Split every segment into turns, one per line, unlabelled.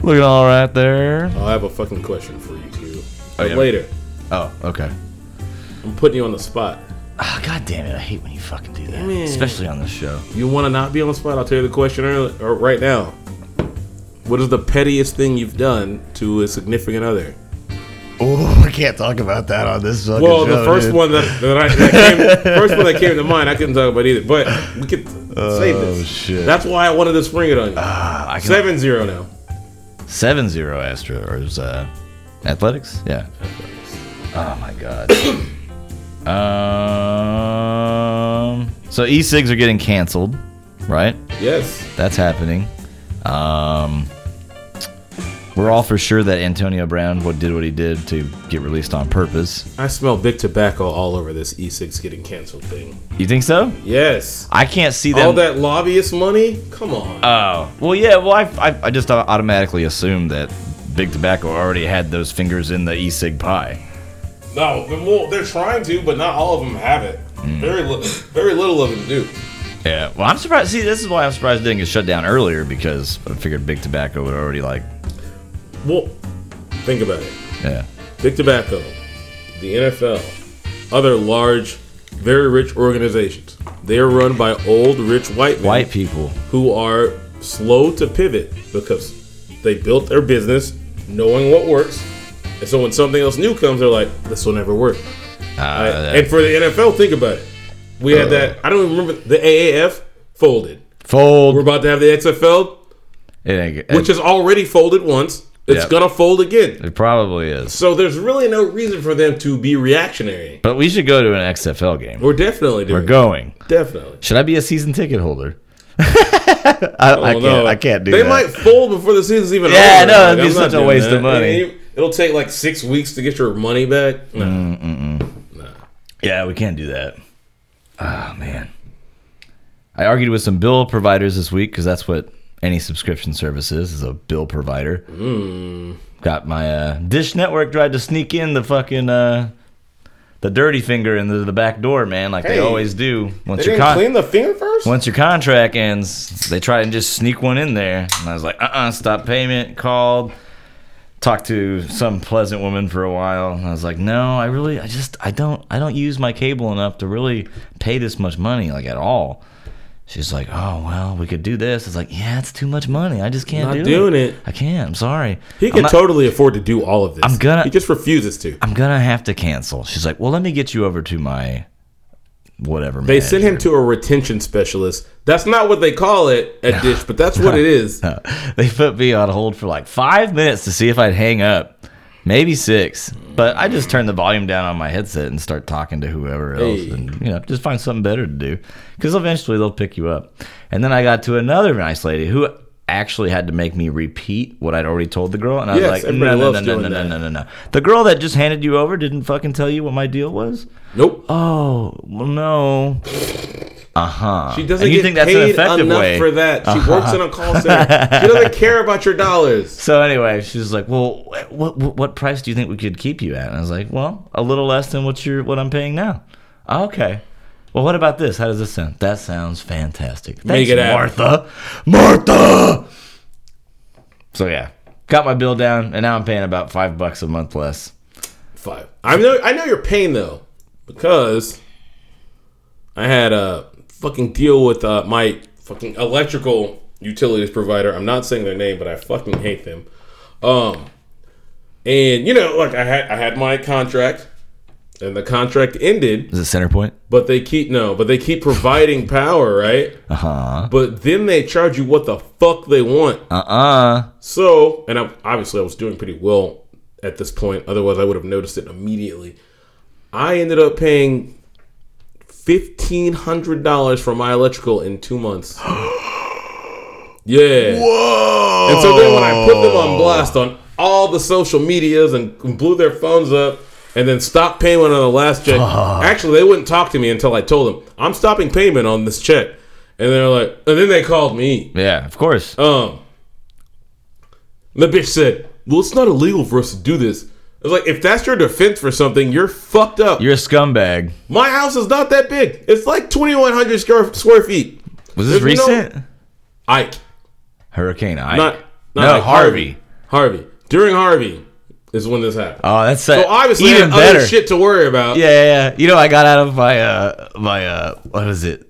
Looking all right there.
I have a fucking question for you two.
Oh, yeah.
Later.
Oh, okay.
I'm putting you on the spot.
Ah, God damn it. I hate when you fucking do that.
it.
Especially on this show.
You want to not be on the spot? I'll tell you the question early, or right now. What is the pettiest thing you've done to a significant other?
Oh, we can't talk about that on this fucking
Well,
show,
the first
dude.
one that, that, I, that came, first one that came to mind, I couldn't talk about either. But we could save
Oh,
this.
shit.
That's why I wanted to spring it on you.
Ah, I can,
Seven zero now.
7 0 Astro. Or is uh, athletics? Yeah. Oh, my God. um, so e cigs are getting canceled, right?
Yes.
That's happening. Um, we're all for sure that Antonio Brown what did what he did to get released on purpose.
I smell big tobacco all over this E6 getting canceled thing.
You think so?
Yes.
I can't see them.
all that lobbyist money? Come on.
Oh, well, yeah. Well, I, I, I just automatically assumed that Big Tobacco already had those fingers in the e-cig pie.
no, they're, well, they're trying to, but not all of them have it. Very, li- very little of them do.
Yeah. Well, I'm surprised. See, this is why I'm surprised it didn't get shut down earlier because I figured Big Tobacco would already like.
Well, think about it.
Yeah.
Big Tobacco, the NFL, other large, very rich organizations. They are run by old, rich white men
White people.
who are slow to pivot because they built their business knowing what works. And so when something else new comes, they're like, this will never work.
Uh,
and for the NFL, think about it. We had that. I don't even remember. The AAF folded. We're
fold.
about to have the XFL,
It, ain't-
which is already folded once. It's
Yeah.
gonna fold again.
it probably is.
So there's really no reason for them to be reactionary.
But we should go to an XFL game.
We're definitely doing.
We're going.
it. Definitely.
Should I be a season ticket holder? I, I
Well,
can't.
Oh, no,
I can't do
They
that.
might fold before the season's even
Yeah,
over.
no, it'd be
I'm not
such a
doing
waste of
that.
money. Mm.
And you- It'll take like six weeks to get your money back. No.
Yeah, we can't do that. Oh, man. I argued with some bill providers this week because that's what any subscription service is, is a bill provider.
Hmm.
Got my uh, Dish Network tried to sneak in the fucking uh, the dirty finger in the, the back door, man, like
Hey,
they always do.
They
Once your
didn't
con-
clean the finger first.
once your contract ends, they try and just sneak one in there. And I was like, uh uh stop payment, called, talked to some pleasant woman for a while. And I was like, no, I really, I just, I don't, I don't use my cable enough to really pay this much money, like at all. She's like, oh, well, we could do this. It's like, yeah, it's too much money. I just can't
Not
do
doing
it.
it.
I can't. I'm sorry.
He
I'm
can
not-
totally afford to do all of this.
I'm gonna-
He just refuses to.
I'm going to have to cancel. She's like, well, let me get you over to my whatever.
They sent him to a retention specialist. That's not what they call it at Dish, but that's what it is.
they put me on hold for like five minutes to see if I'd hang up, maybe six. But I just turned the volume down on my headset and start talking to whoever else,
Hey.
and you know, just find something better to do because eventually they'll pick you up. And then I got to another nice lady who actually had to make me repeat what I'd already told the girl, and I
Yes,
was like, no,
everybody
no, no,
loves
no, no,
doing
no,
that.
no, no, no. The girl that just handed you over didn't fucking tell you what my deal was.
Nope.
Oh well, no. Uh huh.
She doesn't
and you
get
think that's an
paid
effective
enough
way
for that. She works in a call center. she doesn't care about your dollars.
So anyway, she was like, "Well, wh- what what what price do you think we could keep you at?" And I was like, "Well, a little less than what you're what I'm paying now." Oh, Okay. Well, what about this? How does this sound? That sounds fantastic. Thanks,
Make it happen.
Martha. Martha. So yeah, got my bill down, and now I'm paying about five bucks a month less.
Five. I know. I know your pain though, because I had a fucking deal with uh, my fucking electrical utilities provider. I'm not saying their name, but I fucking hate them. Um, and you know, like I had, I had my contract, and the contract ended.
Is it center point?
But they keep no, but they keep providing power, right?
Uh huh.
But then they charge you what the fuck they want.
Uh uh.
So, and I, obviously I was doing pretty well at this point. Otherwise, I would have noticed it immediately. I ended up paying fifteen hundred dollars for my electrical in two months. yeah.
Whoa!
And so then when I put them on blast on all the social medias and blew their phones up and then stopped payment on the last check, actually, they wouldn't talk to me until I told them, I'm stopping payment on this check. And they're like, and then they called me.
Yeah, of course.
Um, the bitch said, Well, it's not illegal for us to do this. I was like, If that's your defense for something, you're fucked up.
You're a scumbag.
My house is not that big, it's like 2,100 square, square feet.
Was this
There's no-
recent?
Ike.
Hurricane Ike.
Not- not
no,
Ike,
Harvey.
Harvey. During Harvey is when this happened.
Oh, that's that,
so obviously, I
even
had other
better.
shit to worry about.
Yeah, yeah, yeah. You know, I got out of my uh my uh what is it?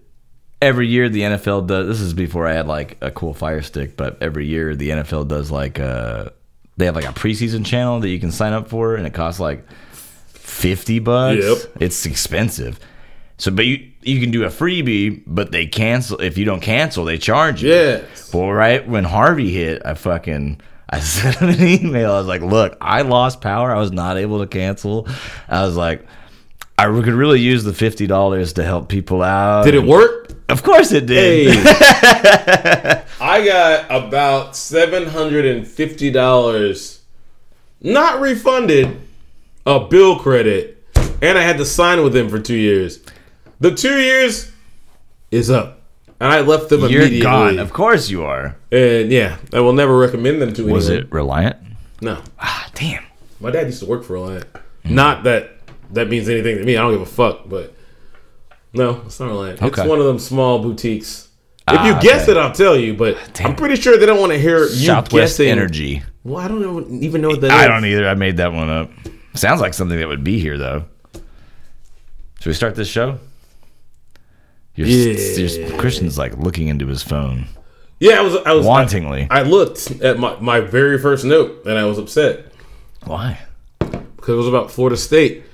Every year the NFL does. This is before I had like a cool Fire Stick, but every year the NFL does like uh they have like a preseason channel that you can sign up for, and it costs like fifty bucks.
Yep.
It's expensive. So, but you you can do a freebie, but they cancel if you don't cancel, they charge you.
Yes.
Well, right when Harvey hit, I fucking I sent him an email. I was like, "Look, I lost power. I was not able to cancel." I was like, "I could really use the fifty dollars to help people out."
Did it work?
Of course it did.
Hey. I got about seven hundred and fifty dollars, not refunded, a bill credit, and I had to sign with them for two years. The two years is up, and I left them
You're
immediately.
gone. Of course you are.
And yeah, I will never recommend them to
Was
anyone.
it Mm. Reliant?
No,
Ah, damn.
my dad used to work for Reliant. Not that that means anything to me. I don't give a fuck. But no, it's not Reliant.
Okay. Ah,
It's one of them small boutiques. If you guess it, I'll tell you. But I'm pretty sure they don't want to hear you
Southwest
guessing.
Energy.
Well, I don't know- even know what that is.
I don't either. I made that one up. Sounds like something that would be here though. Should we start this show? Your, your, Christian's like looking into his phone
Yeah, I was. I was.
wantingly.
I looked at my, my very first note and I was upset
Why?
because it was about Florida State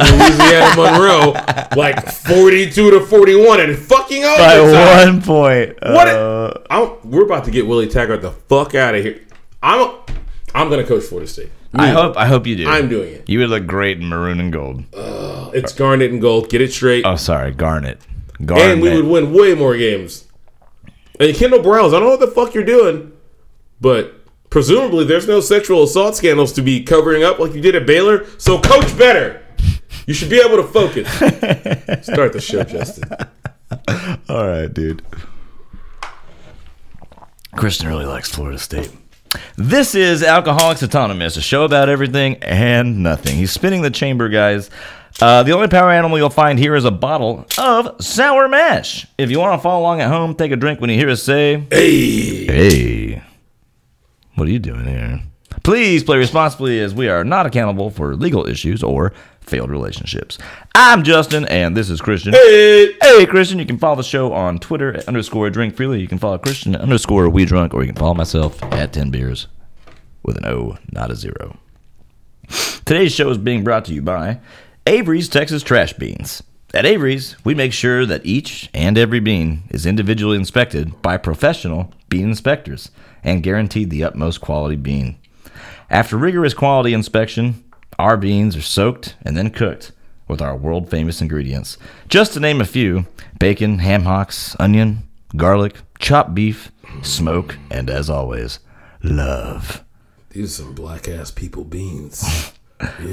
Louisiana Monroe like 42 to 41 and fucking
By
overtime.
one point.
uh, What?
Uh,
I'm, we're about to get Willie Taggart the fuck out of here. I'm. I'm gonna coach Florida State.
I hope. I hope you do.
I'm doing it.
You would look great in maroon and gold.
It's garnet and gold. Get it straight.
Oh, sorry, garnet. Garnet.
and we would win way more games. And Kendall Browns, I don't know what the fuck you're doing, but presumably there's no sexual assault scandals to be covering up like you did at Baylor. So coach better. You should be able to focus. Start the show, Justin.
All right, dude. Christian really likes Florida State. This is Alcoholics Autonomous, a show about everything and nothing. He's spinning the chamber, guys. Uh, the only power animal you'll find here is a bottle of sour mash. If you want to follow along at home, take a drink when you hear us say,
Hey,
Hey, what are you doing here? Please play responsibly as we are not accountable for legal issues or failed relationships. I'm Justin, and this is Christian.
hey.
Hey, Christian, you can follow the show on Twitter at underscore drink freely. You can follow Christian at underscore we drunk, or you can follow myself at 10 beers with an O, not a zero. Today's show is being brought to you by Avery's Texas Trash Beans. At Avery's, we make sure that each and every bean is individually inspected by professional bean inspectors and guaranteed the utmost quality bean. After rigorous quality inspection, our beans are soaked and then cooked with our world famous ingredients. Just to name a few bacon, ham hocks, onion, garlic, chopped beef, smoke, and as always, love.
These are some black ass people beans.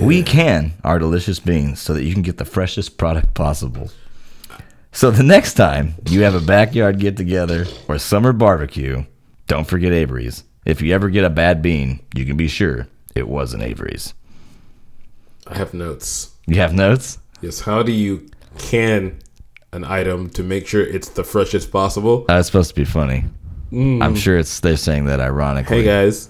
We can our delicious beans so that you can get the freshest product possible. So the next time you have a backyard get together or summer barbecue, don't forget Avery's. If you ever get a bad bean, you can be sure it wasn't Avery's.
I have notes.
You have notes?
Yes, how do you can an item to make sure it's the freshest possible?
That's supposed to be funny. I'm sure it's they're saying that ironically.
Mm. Hey guys.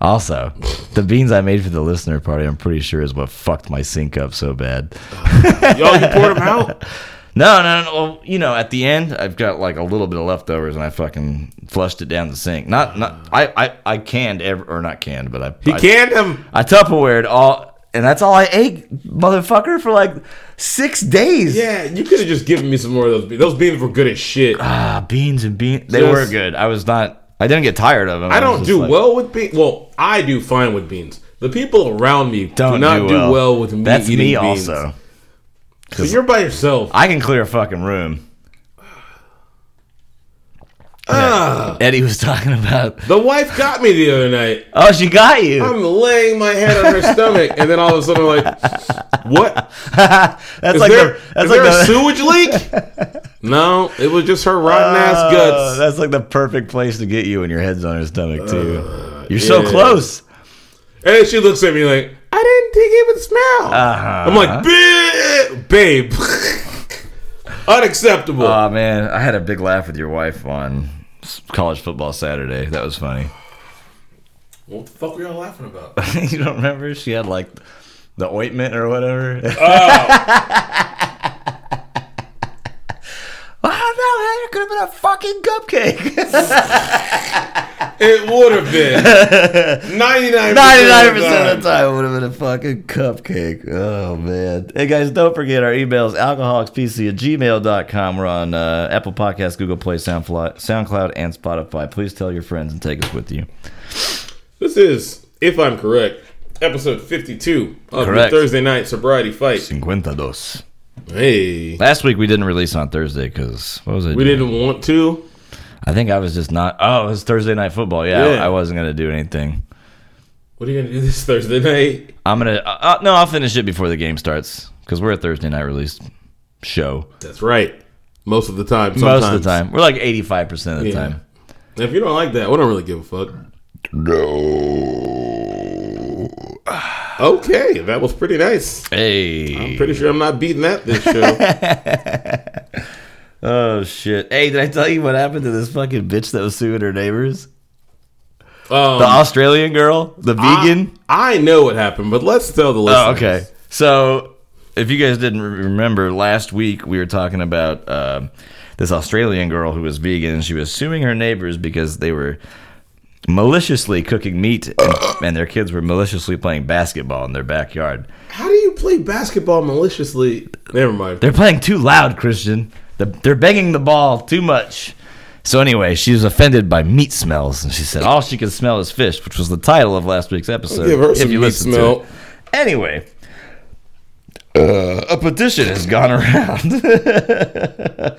Also, the beans I made for the listener party, I'm pretty sure is what fucked my sink up so bad.
Y'all you poured them out?
No, no, no. Well, you know, at the end, I've got like a little bit of leftovers, and I fucking flushed it down the sink. Not, not. I, I, I canned every, or not canned, but I,
He
I,
canned them.
I Tupperwared all, and that's all I ate, motherfucker, for like six days.
Yeah, you could have just given me some more of those beans. Those beans were good as shit.
Ah, beans and beans. They
Just-
were good. I was not. I didn't get tired of them.
I
was
don't
just
do
like-
well with beans. Well, I do fine with beans. The people around me do
Don't
not do well, with me
That's
eating
me
beans.
also.
So you're by yourself.
I can clear a fucking room.
Ah,
Eddie was talking about.
the wife got me the other night.
Oh, she got you.
I'm laying my head on her stomach, and then all of a sudden, I'm like, "What?
that's
Is
like
there,
the, that's
is
like
there
the,
a sewage leak?" no, it was just her rotten ass
Oh,
guts.
That's like the perfect place to get you when your head's on her stomach too. You're so
Uh, yeah.
close.
And she looks at me like, "I didn't think it would smell." I'm like,
Uh-huh.
"Ba- "Babe, unacceptable."
Oh man, I had a big laugh with your wife on s- college football Saturday. That was funny.
What the fuck were y'all laughing about?
you don't remember? She had like the ointment or whatever. Oh no! It could have been a fucking cupcake.
It would have been ninety nine.
Ninety-nine percent of the time, it would have been a fucking cupcake. Oh man! Hey guys, don't forget our emails: alcoholicspc at gmail.com. We're on uh, Apple Podcasts, Google Play, SoundFly, SoundCloud, and Spotify. Please tell your friends and take us with you.
This is, if I'm correct, episode fifty two of
Correct.
the Thursday night sobriety fight.
Cinquentados.
Hey,
Last week we didn't release on Thursday because what was I?
we
doing?
didn't want to.
I think I was just not. Oh, it was Thursday night football. Yeah,
Yeah.
I wasn't gonna do anything.
What are you gonna do this Thursday night?
I'm gonna. Uh, uh, no, I'll finish it before the game starts because we're a Thursday night release show
That's right. Most of the time. Sometimes.
most of the time. We're like 85 percent of the
Yeah.
time.
If you don't like that, we don't really give a fuck.
No.
Okay, that was pretty nice.
Hey.
I'm pretty sure I'm not beating that this show.
Oh shit! Hey, did I tell you what happened to this fucking bitch that was suing her neighbors?
Um,
The Australian girl, the vegan.
I, I know what happened, but let's tell the listeners.
oh, okay. So, if you guys didn't re- remember, last week we were talking about um this Australian girl who was vegan, and she was suing her neighbors because they were maliciously cooking meat, and, and their kids were maliciously playing basketball in their backyard.
How do you play basketball maliciously? Never mind.
They're playing too loud, Christian. The- They're banging the ball too much. So anyway, she was offended by meat smells, and she said all she could smell is fish, which was the title of last week's episode.
Give her some meat
listen to
smell.
it. Anyway, uh, a petition has gone around.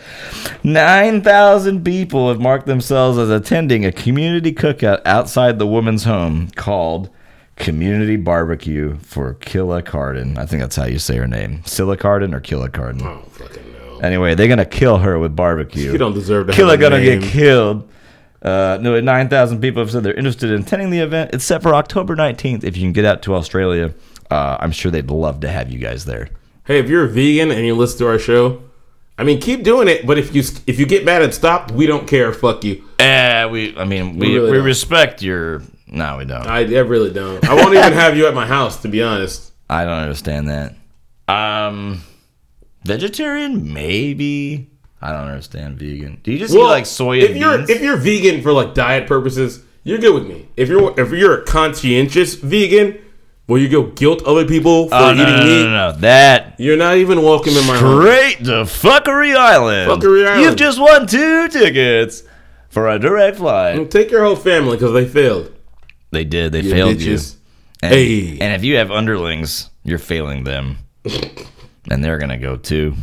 Nine thousand people have marked themselves as attending a community cookout outside the woman's home called Community Barbecue for Killa Carden. I think that's how you say her name, Silla Carden or Killa Carden.
I don't fucking know.
Anyway, they're gonna kill her with barbecue.
You don't deserve to have
Killer
a
gonna
name.
get killed. Uh, no, nine thousand people have said they're interested in attending the event, except for October nineteenth. If you can get out to Australia, uh, I'm sure they'd love to have you guys there.
Hey, if you're a vegan and you listen to our show, I mean, keep doing it. But if you if you get mad and stop, we don't care. Fuck you.
Uh, we, I mean, we,
We
we,
really don't.
respect your. No, we don't.
I, I really don't. I won't even have you at my house, to be honest.
I don't understand that. Um, vegetarian maybe. I don't understand vegan. Do you just eat like soy
if
and
you're
beans?
if you're vegan for like diet purposes, you're good with me. If you're if you're a conscientious vegan, will you go guilt other people for
oh,
eating
no, no, no,
meat?
no, no. That
You're not even welcome in my home.
Straight to Fuckery Island.
Fuckery Island.
You've just won two tickets for a direct flight.
Take your whole family because they failed.
They did. They
You
failed
bitches.
you. And,
Hey.
and if you have underlings, you're failing them. and they're going to go too.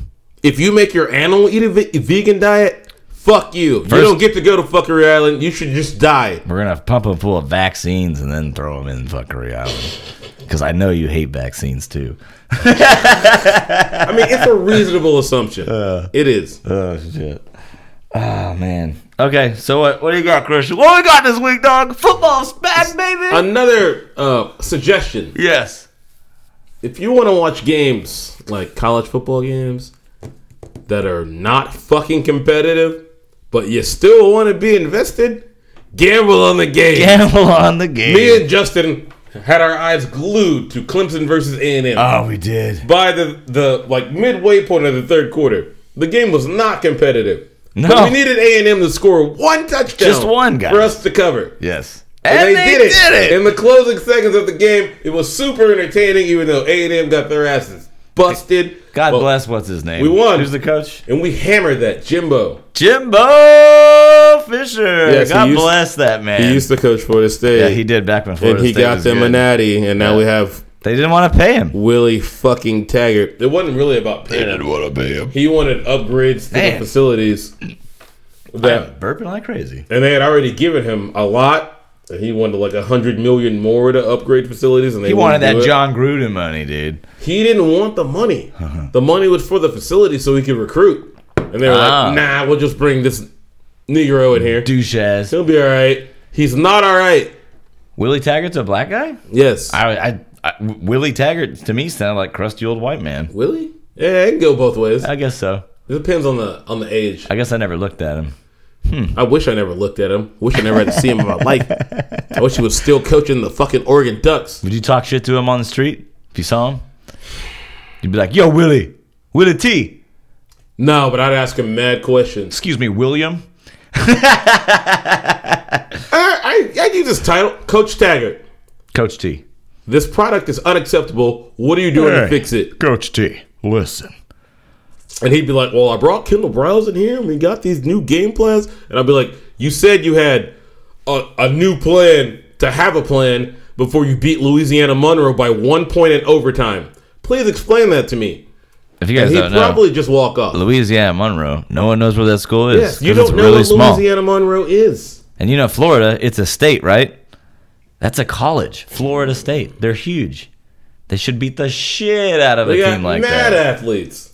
If you make your animal eat a ve- vegan diet, fuck you. you
First-
don't get to go to fuckery island. You should just die.
We're going to pump them full of vaccines and then throw them in Fuckery Island. Because I know you hate vaccines too.
I mean, it's a reasonable assumption. it is.
Oh, shit. Oh, man. Okay, so what, what do you got, Christian? What we got this week, dog? Football's back, baby.
Another uh, suggestion:
yes.
if you want to watch games like college football games that are not fucking competitive, but you still want to be invested, gamble on the game.
Gamble on the game.
Me and Justin had our eyes glued to Clemson versus A and M.
oh, we did.
by the the like midway point of the third quarter. The game was not competitive.
No.
But we needed A and M to score one touchdown,
Just one, guys.
for us to cover.
Yes.
And, they, did, it. in the closing seconds of the game. It was super entertaining, even though A and M got their asses busted.
God
But-
bless what's his name.
we won.
Who's the coach?
And we hammered that Jimbo.
Jimbo Fisher.
Yes, he
God
used-
bless that man.
He used to coach Florida State.
yeah, he did back when Florida
And he
State
got
was
them
good.
a natty, and now we have
They didn't want to pay him.
Willie fucking Taggart. It wasn't really about paying.
Didn't want to pay him.
He wanted upgrades to
Man.
the facilities. That
Burping like crazy.
and they had already given him a lot. And he wanted like a hundred million more to upgrade facilities, and they
He wanted
wouldn't do
that
it.
John Gruden money, dude.
He didn't want the money. The money was for the facility, so he could recruit. And they were
Ah.
like, "Nah, we'll just bring this Negro in here.
Douche ass.
He'll be all right. He's not all right.
Willie Taggart's a black guy?
Yes,
I, I, I Willie Taggart to me sounded like crusty old white man.
Willie. Yeah, it can go both ways.
I guess so.
It depends on the on the age.
I guess I never looked at him.
I wish I never looked at him. Wish I never had to see him in my life. I wish he was still coaching the fucking Oregon Ducks.
Would you talk shit to him on the street if you saw him? You'd be like, "Yo, Willie, Willie T,
No, but I'd ask him mad questions.
excuse me, William."
I, I, I use this title, Coach Taggart.
Coach T.
This product is unacceptable. What are you doing to
Hey.
fix it?
Coach T, listen.
And he'd be like, "Well, I brought Kendall Browse in here, and we got these new game plans." And I'd be like, "You said you had a, a new plan to have a plan before you beat Louisiana Monroe by one point in overtime. Please explain that to me."
If you guys
He'd
don't know,
probably just walk off.
Louisiana Monroe. No one knows where that school is.
Yes, you
'cause
don't know what Louisiana Monroe is.
And you know Florida, it's a state, right? That's a college. Florida State. They're huge. They should beat the shit out of a
They got
team like
mad
that.
athletes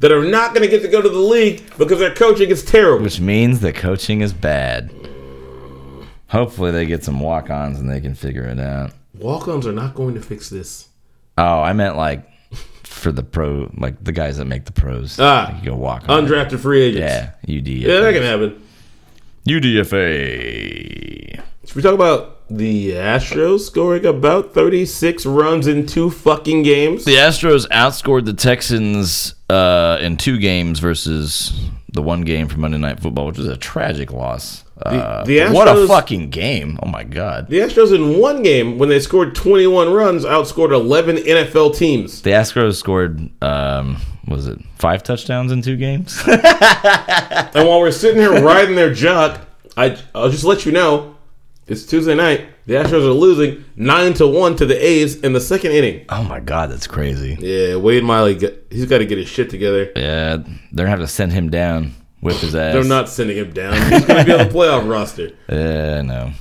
that are not going to get to go to the league because their coaching is terrible.
Which means the coaching is bad. Hopefully they get some walk-ons and they can figure it out.
Walk-ons are not going to fix this.
Oh, I meant like for the pro, like the guys that make the pros.
Ah,
you go walk on.
Undrafted free agents.
Yeah, UDFA.
yeah, that can happen.
UDFA.
Should we talk about the Astros scoring about 36 runs in two fucking games?
The Astros outscored the Texans uh, in two games versus the one game from Monday Night Football, which was a tragic loss. Uh,
the
what a
Astros-
fucking game! Oh my god.
The Astros in one game, when they scored 21 runs, outscored 11 NFL teams.
The Astros scored, um, what was it five touchdowns in two games?
And while we're sitting here riding their jock, I, I'll just let you know it's Tuesday night. The Astros are losing 9 to 1 to the A's in the second inning.
oh my god, that's crazy.
Yeah, Wade Miley, got- he's got to get his shit together.
Yeah, they're gonna have to send him down with his ass.
They're not sending him down. He's going to be on the playoff roster.
Yeah, no.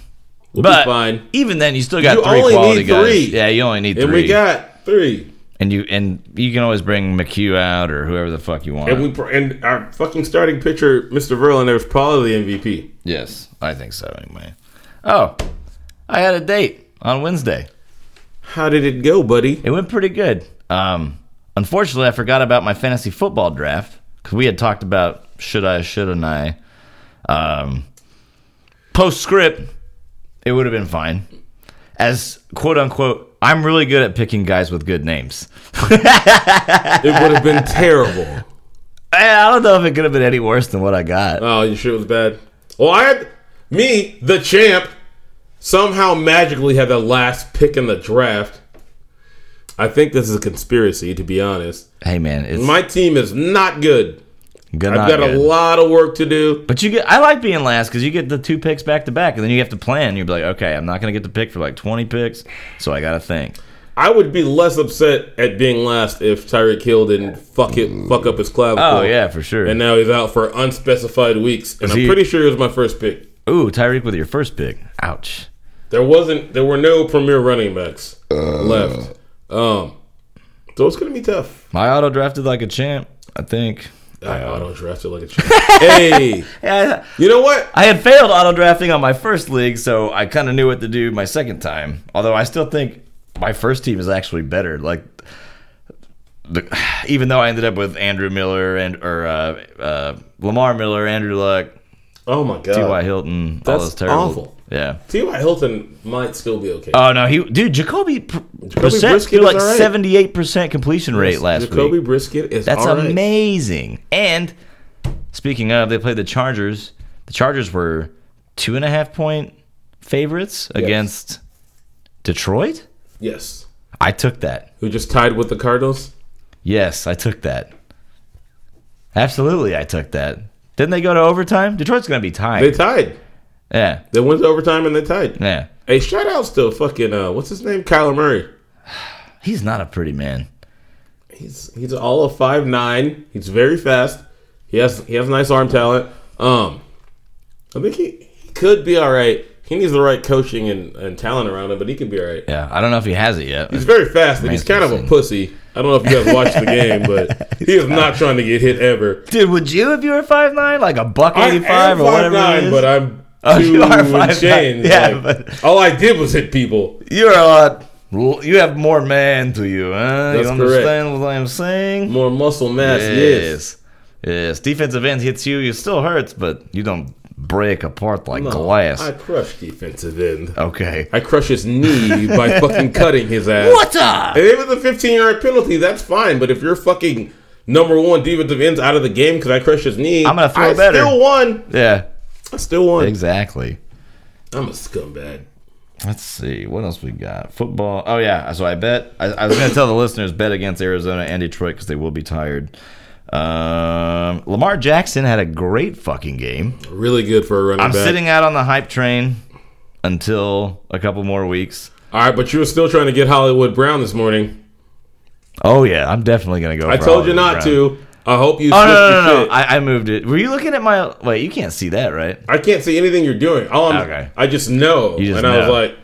We'll
but
be fine.
even then, you still got
You
three
only
quality
need
guys.
three.
Yeah, you only need
And
three.
we got three.
and you and you can always bring McHugh out or whoever the fuck you want.
And we pr- and our fucking starting pitcher, Mr. Verlander, was probably the MVP.
Yes, I think so anyway. Oh, I had a date on Wednesday.
How did it go, buddy?
It went pretty good. Um, unfortunately, I forgot about my fantasy football draft because we had talked about should I, shouldn't I. Um, postscript, it would have been fine. As quote unquote, I'm really good at picking guys with good names.
It would have been terrible.
I I don't know if it could have been any worse than what I got.
Oh, your shit was bad. Well, I had me, the champ, somehow magically had the last pick in the draft. I think this is a conspiracy, to be honest.
Hey man, it's
My team is not good.
good.
I've
not
got
good.
a lot of work to do.
But you get, I like being last because you get the two picks back to back, and then you have to plan. You're like, okay, I'm not gonna get the pick for like 20 picks, so I gotta think.
I would be less upset at being last if Tyreek Hill didn't fuck it, fuck up his clavicle.
Oh yeah, for sure.
And now he's out for unspecified weeks. And I'm
he-
pretty sure it was my first pick.
Ooh, Tyreek with your first pick. Ouch.
There wasn't. There were no premier running backs
Uh.
left. Um, so it's gonna be tough.
My auto drafted like a champ. I think.
I auto drafted like a champ. hey,
Yeah,
you know what?
I had failed auto drafting on my first league, so I kind of knew what to do my second time. Although I still think my first team is actually better. Like, the, even though I ended up with Andrew Miller and or uh, uh, Lamar Miller, Andrew Luck,
Oh my
T.Y.
god,
Hilton, all
That's
those terrible.
awful.
Yeah.
T.Y. Hilton might still be okay.
Oh no, he dude Jacoby pr- percent
Brisket
he
is
like
all right.
seventy eight percent completion rate last
Jacoby
week.
Brisket is
That's
all right.
amazing. And speaking of, they played the Chargers. The Chargers were two and a half point favorites against Detroit.
Yes,
I took that.
who just tied with the Cardinals?
Yes, I took that. Absolutely, I took that. Didn't they go to overtime? Detroit's gonna be tied.
They tied.
yeah,
They went to overtime and they tied.
yeah.
Hey, shout outs to fucking uh, what's his name, Kyler Murray.
He's not a pretty man.
He's he's all of five nine. He's very fast. He has he has nice arm talent. Um, I think he, he could be all right. He needs the right coaching and, and talent around him, but he could be all right.
Yeah, I don't know if he has it yet.
He's very fast and he's kind of a
Masterson.
pussy. I don't know if you guys watched the game, but he is not trying to get hit ever.
Dude, would you if you were five nine, like a buck
I
eighty
am
five or whatever? it
5'9",
is?
but I'm
Oh,
two
you are
and
5'9".
change.
Yeah,
Like,
but-
all I did was hit people.
You're a lot. You have more man to you, huh?
That's
you
correct.
understand what I'm saying?
More muscle mass, yes.
yes. Yes. Defensive ends hits you. You still hurts, but you don't break apart like
No,
glass.
I crushed defensive end.
okay.
I crushed his knee by fucking cutting his ass.
What up?
And it was a 15 yard penalty. That's fine. But if you're fucking number one defensive ends out of the game because I crushed his knee,
I'm gonna feel
I
better.
Still won.
Yeah,
I still won.
exactly.
I'm a scumbag.
Let's see what else we got. Football. Oh yeah. So I bet I, I was going to tell the listeners bet against Arizona and Detroit because they will be tired. Um, Lamar Jackson had a great fucking game.
Really good for a running
I'm
back.
sitting out on the hype train until a couple more weeks.
All right, but you were still trying to get Hollywood Brown this morning.
Oh yeah, I'm definitely going to go.
I
for
told you
Hollywood
not
Brown.
to. I hope you.
Oh
switched
no no
your
no! no.
shit.
I, I moved it. Were you looking at my? Wait, you can't see that, right?
I can't see anything you're doing. All I'm,
Okay.
I just know.
You just
and I was
know.
like,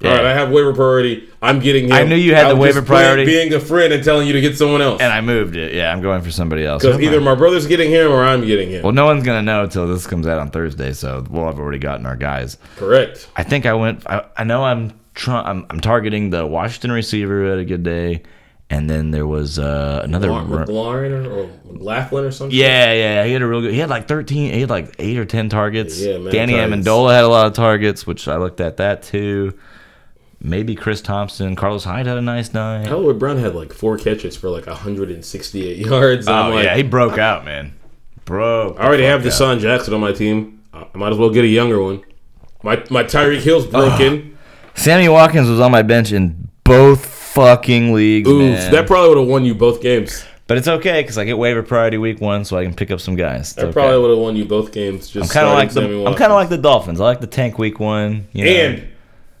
Yeah.
all right, I have waiver priority. I'm getting him.
I knew you had
I
the
was just
waiver
playing-
priority.
Being a friend and telling you to get someone else.
And I moved it. Yeah, I'm going for somebody else.
Because either my brother's getting him or I'm getting him.
Well, no one's gonna know until this comes out on Thursday, so we'll have already gotten our guys.
Correct.
I think I went. I, I know I'm, try, I'm I'm targeting the Washington receiver who had a good day, and then there was uh, another.
Mar-
run-
McLaurin or, or Laughlin or something.
yeah, yeah, he had a real good. He had like 13, he had like eight or ten targets.
Yeah, man,
Danny
targets.
Amendola had a lot of targets, which I looked at that too. Maybe Chris Thompson, Carlos Hyde had a nice night.
Hollywood Brown had like four catches for like 168 yards.
Oh
I'm like,
yeah, he broke out, man. Broke.
I already
the fuck
have
out.
Deshaun Jackson on my team. I I might as well get a younger one. My my Tyreek Hill's broken.
Sammy Watkins was on my bench in both fucking leagues.
Oof,
man.
that probably would have won you both games.
But it's okay because I get waiver priority week one, so I can pick up some guys.
That probably would have won you both games. Just
I'm kind of
starting
like the
Sammy
I'm
Watkins.
kind of like the Dolphins. I like the tank week one. You know.
And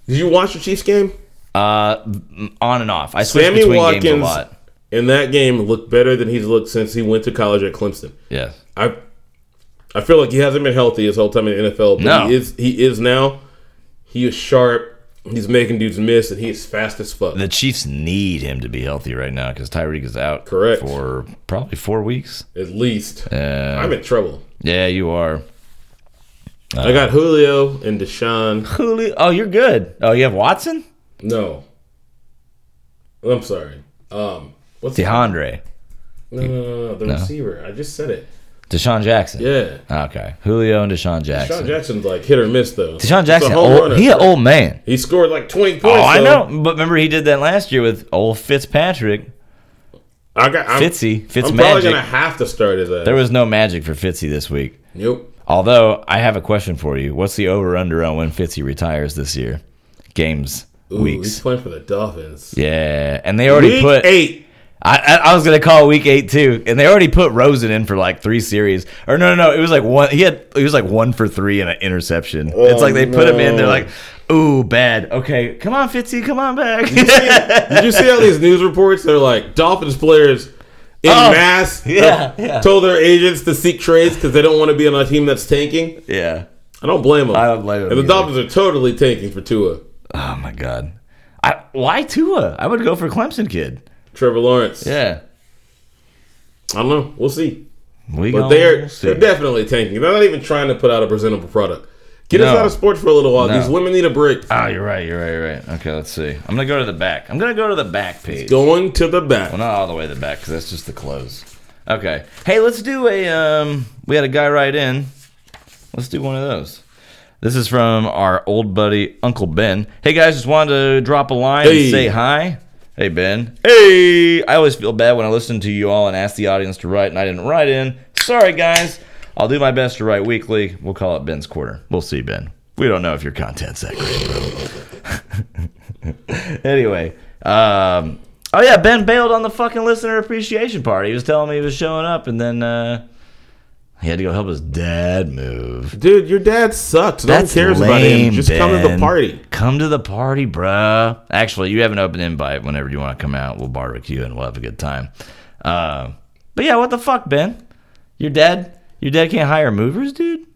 did you watch the Chiefs game?
uh, m- on and off. I switch
Sammy
between games
Watkins
a lot.
in that game looked better than he's looked since he went to college at Clemson.
Yes.
I I feel like he hasn't been healthy his whole time in the NFL, but
No.
he is he is now. He is sharp. He's making dudes miss, and he is fast as fuck.
The Chiefs need him to be healthy right now because Tyreek is out.
Correct.
For probably four weeks.
At least
Uh,
I'm in trouble.
yeah, you are.
I got Julio and Deshaun.
Julio. Oh, you're good. Oh, you have Watson?
No, I'm sorry. Um, what's the
DeAndre.
no, no, no, no, the receiver? I just said it.
Deshaun Jackson.
Yeah,
Okay. Julio and Deshaun Jackson.
Deshaun Jackson's like hit or miss though.
Deshaun
It's a
Jackson,
home
old,
runner.
he an old man.
He scored like 20 points.
Oh, I
though.
know. But remember, he did that last year with old Fitzpatrick,
I got I'm,
Fitzy,
I'm probably
Fitzmagic.
gonna have to start his ass.
There was no magic for Fitzy this week.
Nope.
Although I have a question for you. What's the over under on when Fitzy retires this year? Games,
Ooh, He's
weeks.
playing for the Dolphins.
Yeah, and they already
Week
put.
eight.
I, I I was gonna call week eight too, and they already put Rosen in for like three series. Or no, no, no, it was like one. He had he was like one for three and an interception. it's like they put him in. They're
Oh, no.
like, ooh, bad. Okay, come on, Fitzy, come on back.
Did you see all these news reports? They're like Dolphins players in
Oh,
mass
yeah, yeah.
told their agents to seek trades because they don't want to be on a team that's tanking.
yeah.
I don't blame them.
I don't blame 'em
And the
either.
Dolphins are totally tanking for Tua.
Oh my god. I, why Tua? I would go for Clemson kid.
Trevor Lawrence.
Yeah.
I don't know. We'll see.
We
But
gonna
they're
see.
they're definitely tanking. They're not even trying to put out a presentable product. Get us
No.
out of sports for a little while.
No.
These women need a break.
Oh, you're right. You're right. You're right. Okay, let's see. I'm gonna go to the back. I'm gonna go to the back page.
Going to the back.
Well, not all the way to the back because that's just the close. Okay. Hey, let's do a. Um, we had a guy write in. Let's do one of those. This is from our old buddy Uncle Ben. Hey guys, just wanted to drop a line
Hey.
and say hi. Hey Ben. Hey. I always feel bad when I listen to you all and ask the audience to write, and I didn't write in. Sorry guys. I'll do my best to write weekly. We'll call it Ben's quarter. We'll see, Ben. We don't know if your content's that great anyway, um, oh yeah, Ben bailed on the fucking listener appreciation party. He was telling me he was showing up, and then uh, he had to go help his dad move.
Dude, your dad sucks. No one
That's
cares about him.
lame,
Just come to the
Ben.
party.
Come to the party, bruh. Actually, you have an open invite. Whenever you want to come out, we'll barbecue and we'll have a good time. Uh, but yeah, what the fuck, Ben? Your dad? Your dad can't hire movers, dude.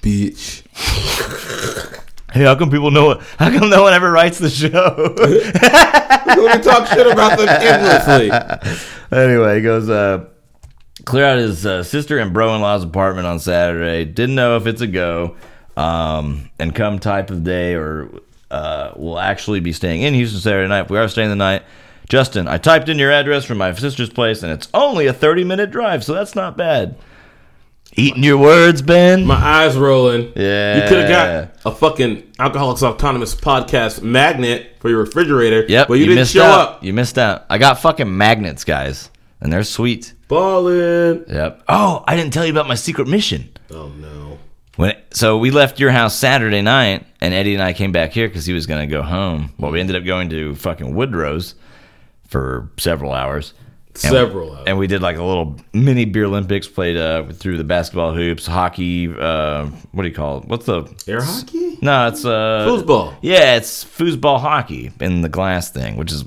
Bitch.
Hey, how come people know? How come no one ever writes the show?
Let me talk shit about them endlessly.
anyway, he goes, uh, clear out his uh, sister and bro in law's apartment on Saturday. Didn't know if it's a go. Um, and come type of day, or uh, we'll actually be staying in Houston Saturday night. If we are staying the night, Justin, I typed in your address from my sister's place, and it's only a 30 minute drive, so that's not bad. Eating your words, Ben.
My eyes rolling.
Yeah.
You could have got a fucking Alcoholics Autonomous podcast magnet for your refrigerator.
Yep.
But you, didn't
missed
show
out.
up.
You missed out. I got fucking magnets, guys, and they're sweet.
Ballin'.
Yep. Oh, I didn't tell you about my secret mission.
Oh, no.
When so we left your house Saturday night, and Eddie and I came back here because he was gonna go home. Well, we ended up going to fucking Woodrow's for several hours. And-
Several hours.
And we did like a little mini beer Olympics. Played uh, through the basketball hoops, hockey. Uh, what do you call it? What's the
Air hockey?
No, it's uh,
Foosball.
Yeah, it's foosball hockey in the glass thing, which is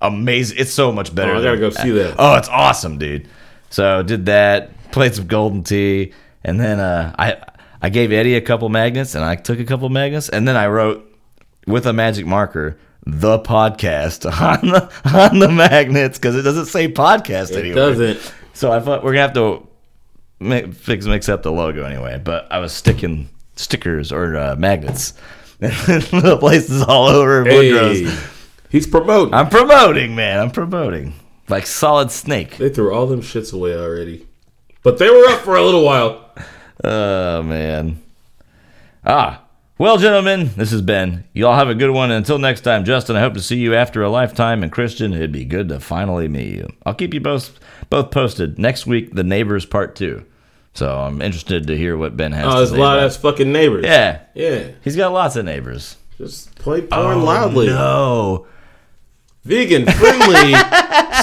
amazing. It's so much better.
Oh, I gotta
than-
go see that.
Oh, it's awesome, dude. So did that, played some golden tea, and then uh, I I gave Eddie a couple magnets, and I took a couple magnets, and then I wrote with a magic marker the podcast on the on the magnets because it doesn't say podcast
It
anymore.
doesn't.
So I thought we're gonna have to mi- fix mix up the logo anyway. But I was sticking stickers or uh, magnets. the places all over Woodrow's.
Hey, he's promoting.
I'm promoting, man. I'm promoting like Solid Snake.
They threw all them shits away already. But they were up for a little while.
Oh man. Ah. Well, gentlemen, this has been. Y'all have a good one. And until next time, Justin, I hope to see you after a lifetime. And Christian, it'd be good to finally meet you. I'll keep you both both posted next week. The neighbors part two. So I'm interested to hear what Ben has.
Oh,
to
there's
say
a lot
about
of ass fucking neighbors.
Yeah.
Yeah.
He's got lots of neighbors.
Just play porn loudly.
Oh, No.
Vegan friendly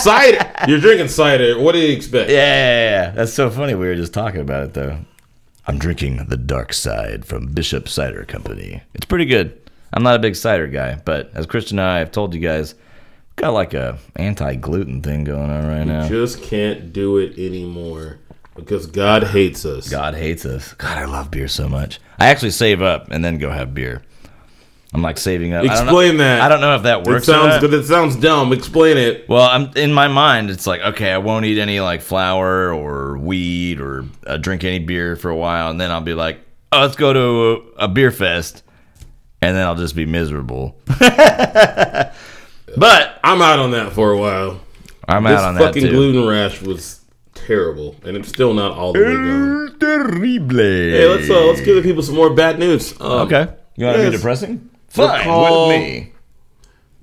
cider. You're drinking cider. What do you expect?
Yeah, yeah, yeah. That's so funny. We were just talking about it, though. I'm drinking the dark side from Bishop Cider Company. It's pretty good. I'm not a big cider guy, but as Christian and I have told you guys, we've got like a anti gluten thing going on right now.
Just can't do it anymore because God hates us.
God hates us. God, I love beer so much. I actually save up and then go have beer. I'm like saving up. I don't know-
Explain that.
I don't know if that
It
works. or
sounds
not.
good. It sounds dumb. Explain it.
Well, I'm in my mind. It's like okay, I won't eat any like flour or weed or uh, drink any beer for a while, and then I'll be like, oh, let's go to a, a beer fest, and then I'll just be miserable. but
I'm out on that for a while.
I'm
This
out on that
fucking
too.
gluten rash was terrible, and it's still not all the way gone.
Terrible.
Hey, let's uh, let's give the people some more bad news. Um,
Okay, you want to
Yes.
be depressing? Fine
Recall-
with me.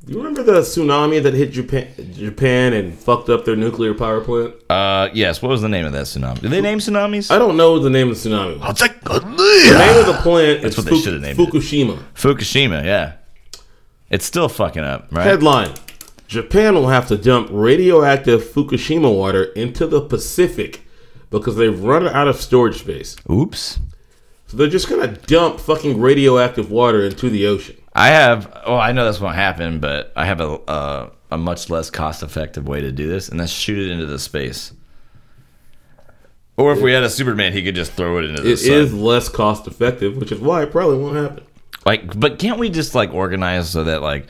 You remember the tsunami that hit Japan, Japan and fucked up their nuclear power plant?
Uh, yes. What was the name of that tsunami? Did they name tsunamis?
I don't know the name of the tsunami.
I'll
The
take
name of the plant is
what they
Fuku-
should've named it.
Fukushima.
Fukushima. Yeah. It's still fucking up, right?
Headline Japan will have to dump radioactive Fukushima water into the Pacific because they've run out of storage space.
Oops.
So they're just going to dump fucking radioactive water into the ocean.
I have. Well, I know this won't happen, but I have a uh, a much less cost effective way to do this, and that's shoot it into the space. Or if we had a Superman, he could just throw it into the
It is
sun.
less cost effective, which is why it probably won't happen.
Like, but can't we just like organize so that like,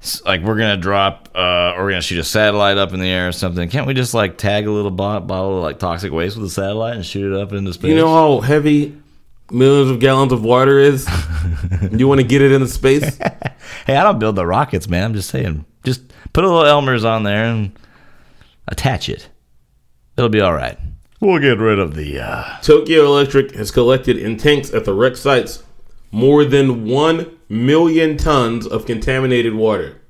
s- like we're gonna drop, uh, or we're gonna shoot a satellite up in the air or something? Can't we just like tag a little bo- bottle of like toxic waste with a satellite and shoot it up into space?
You know how heavy millions of gallons of water is? you want to get it into space?
hey, I don't build the rockets, man. I'm just saying, just put a little Elmer's on there and attach it. It'll be all right. We'll get rid of the uh,
Tokyo Electric has collected in tanks at the wreck sites more than 1 million tons of contaminated water.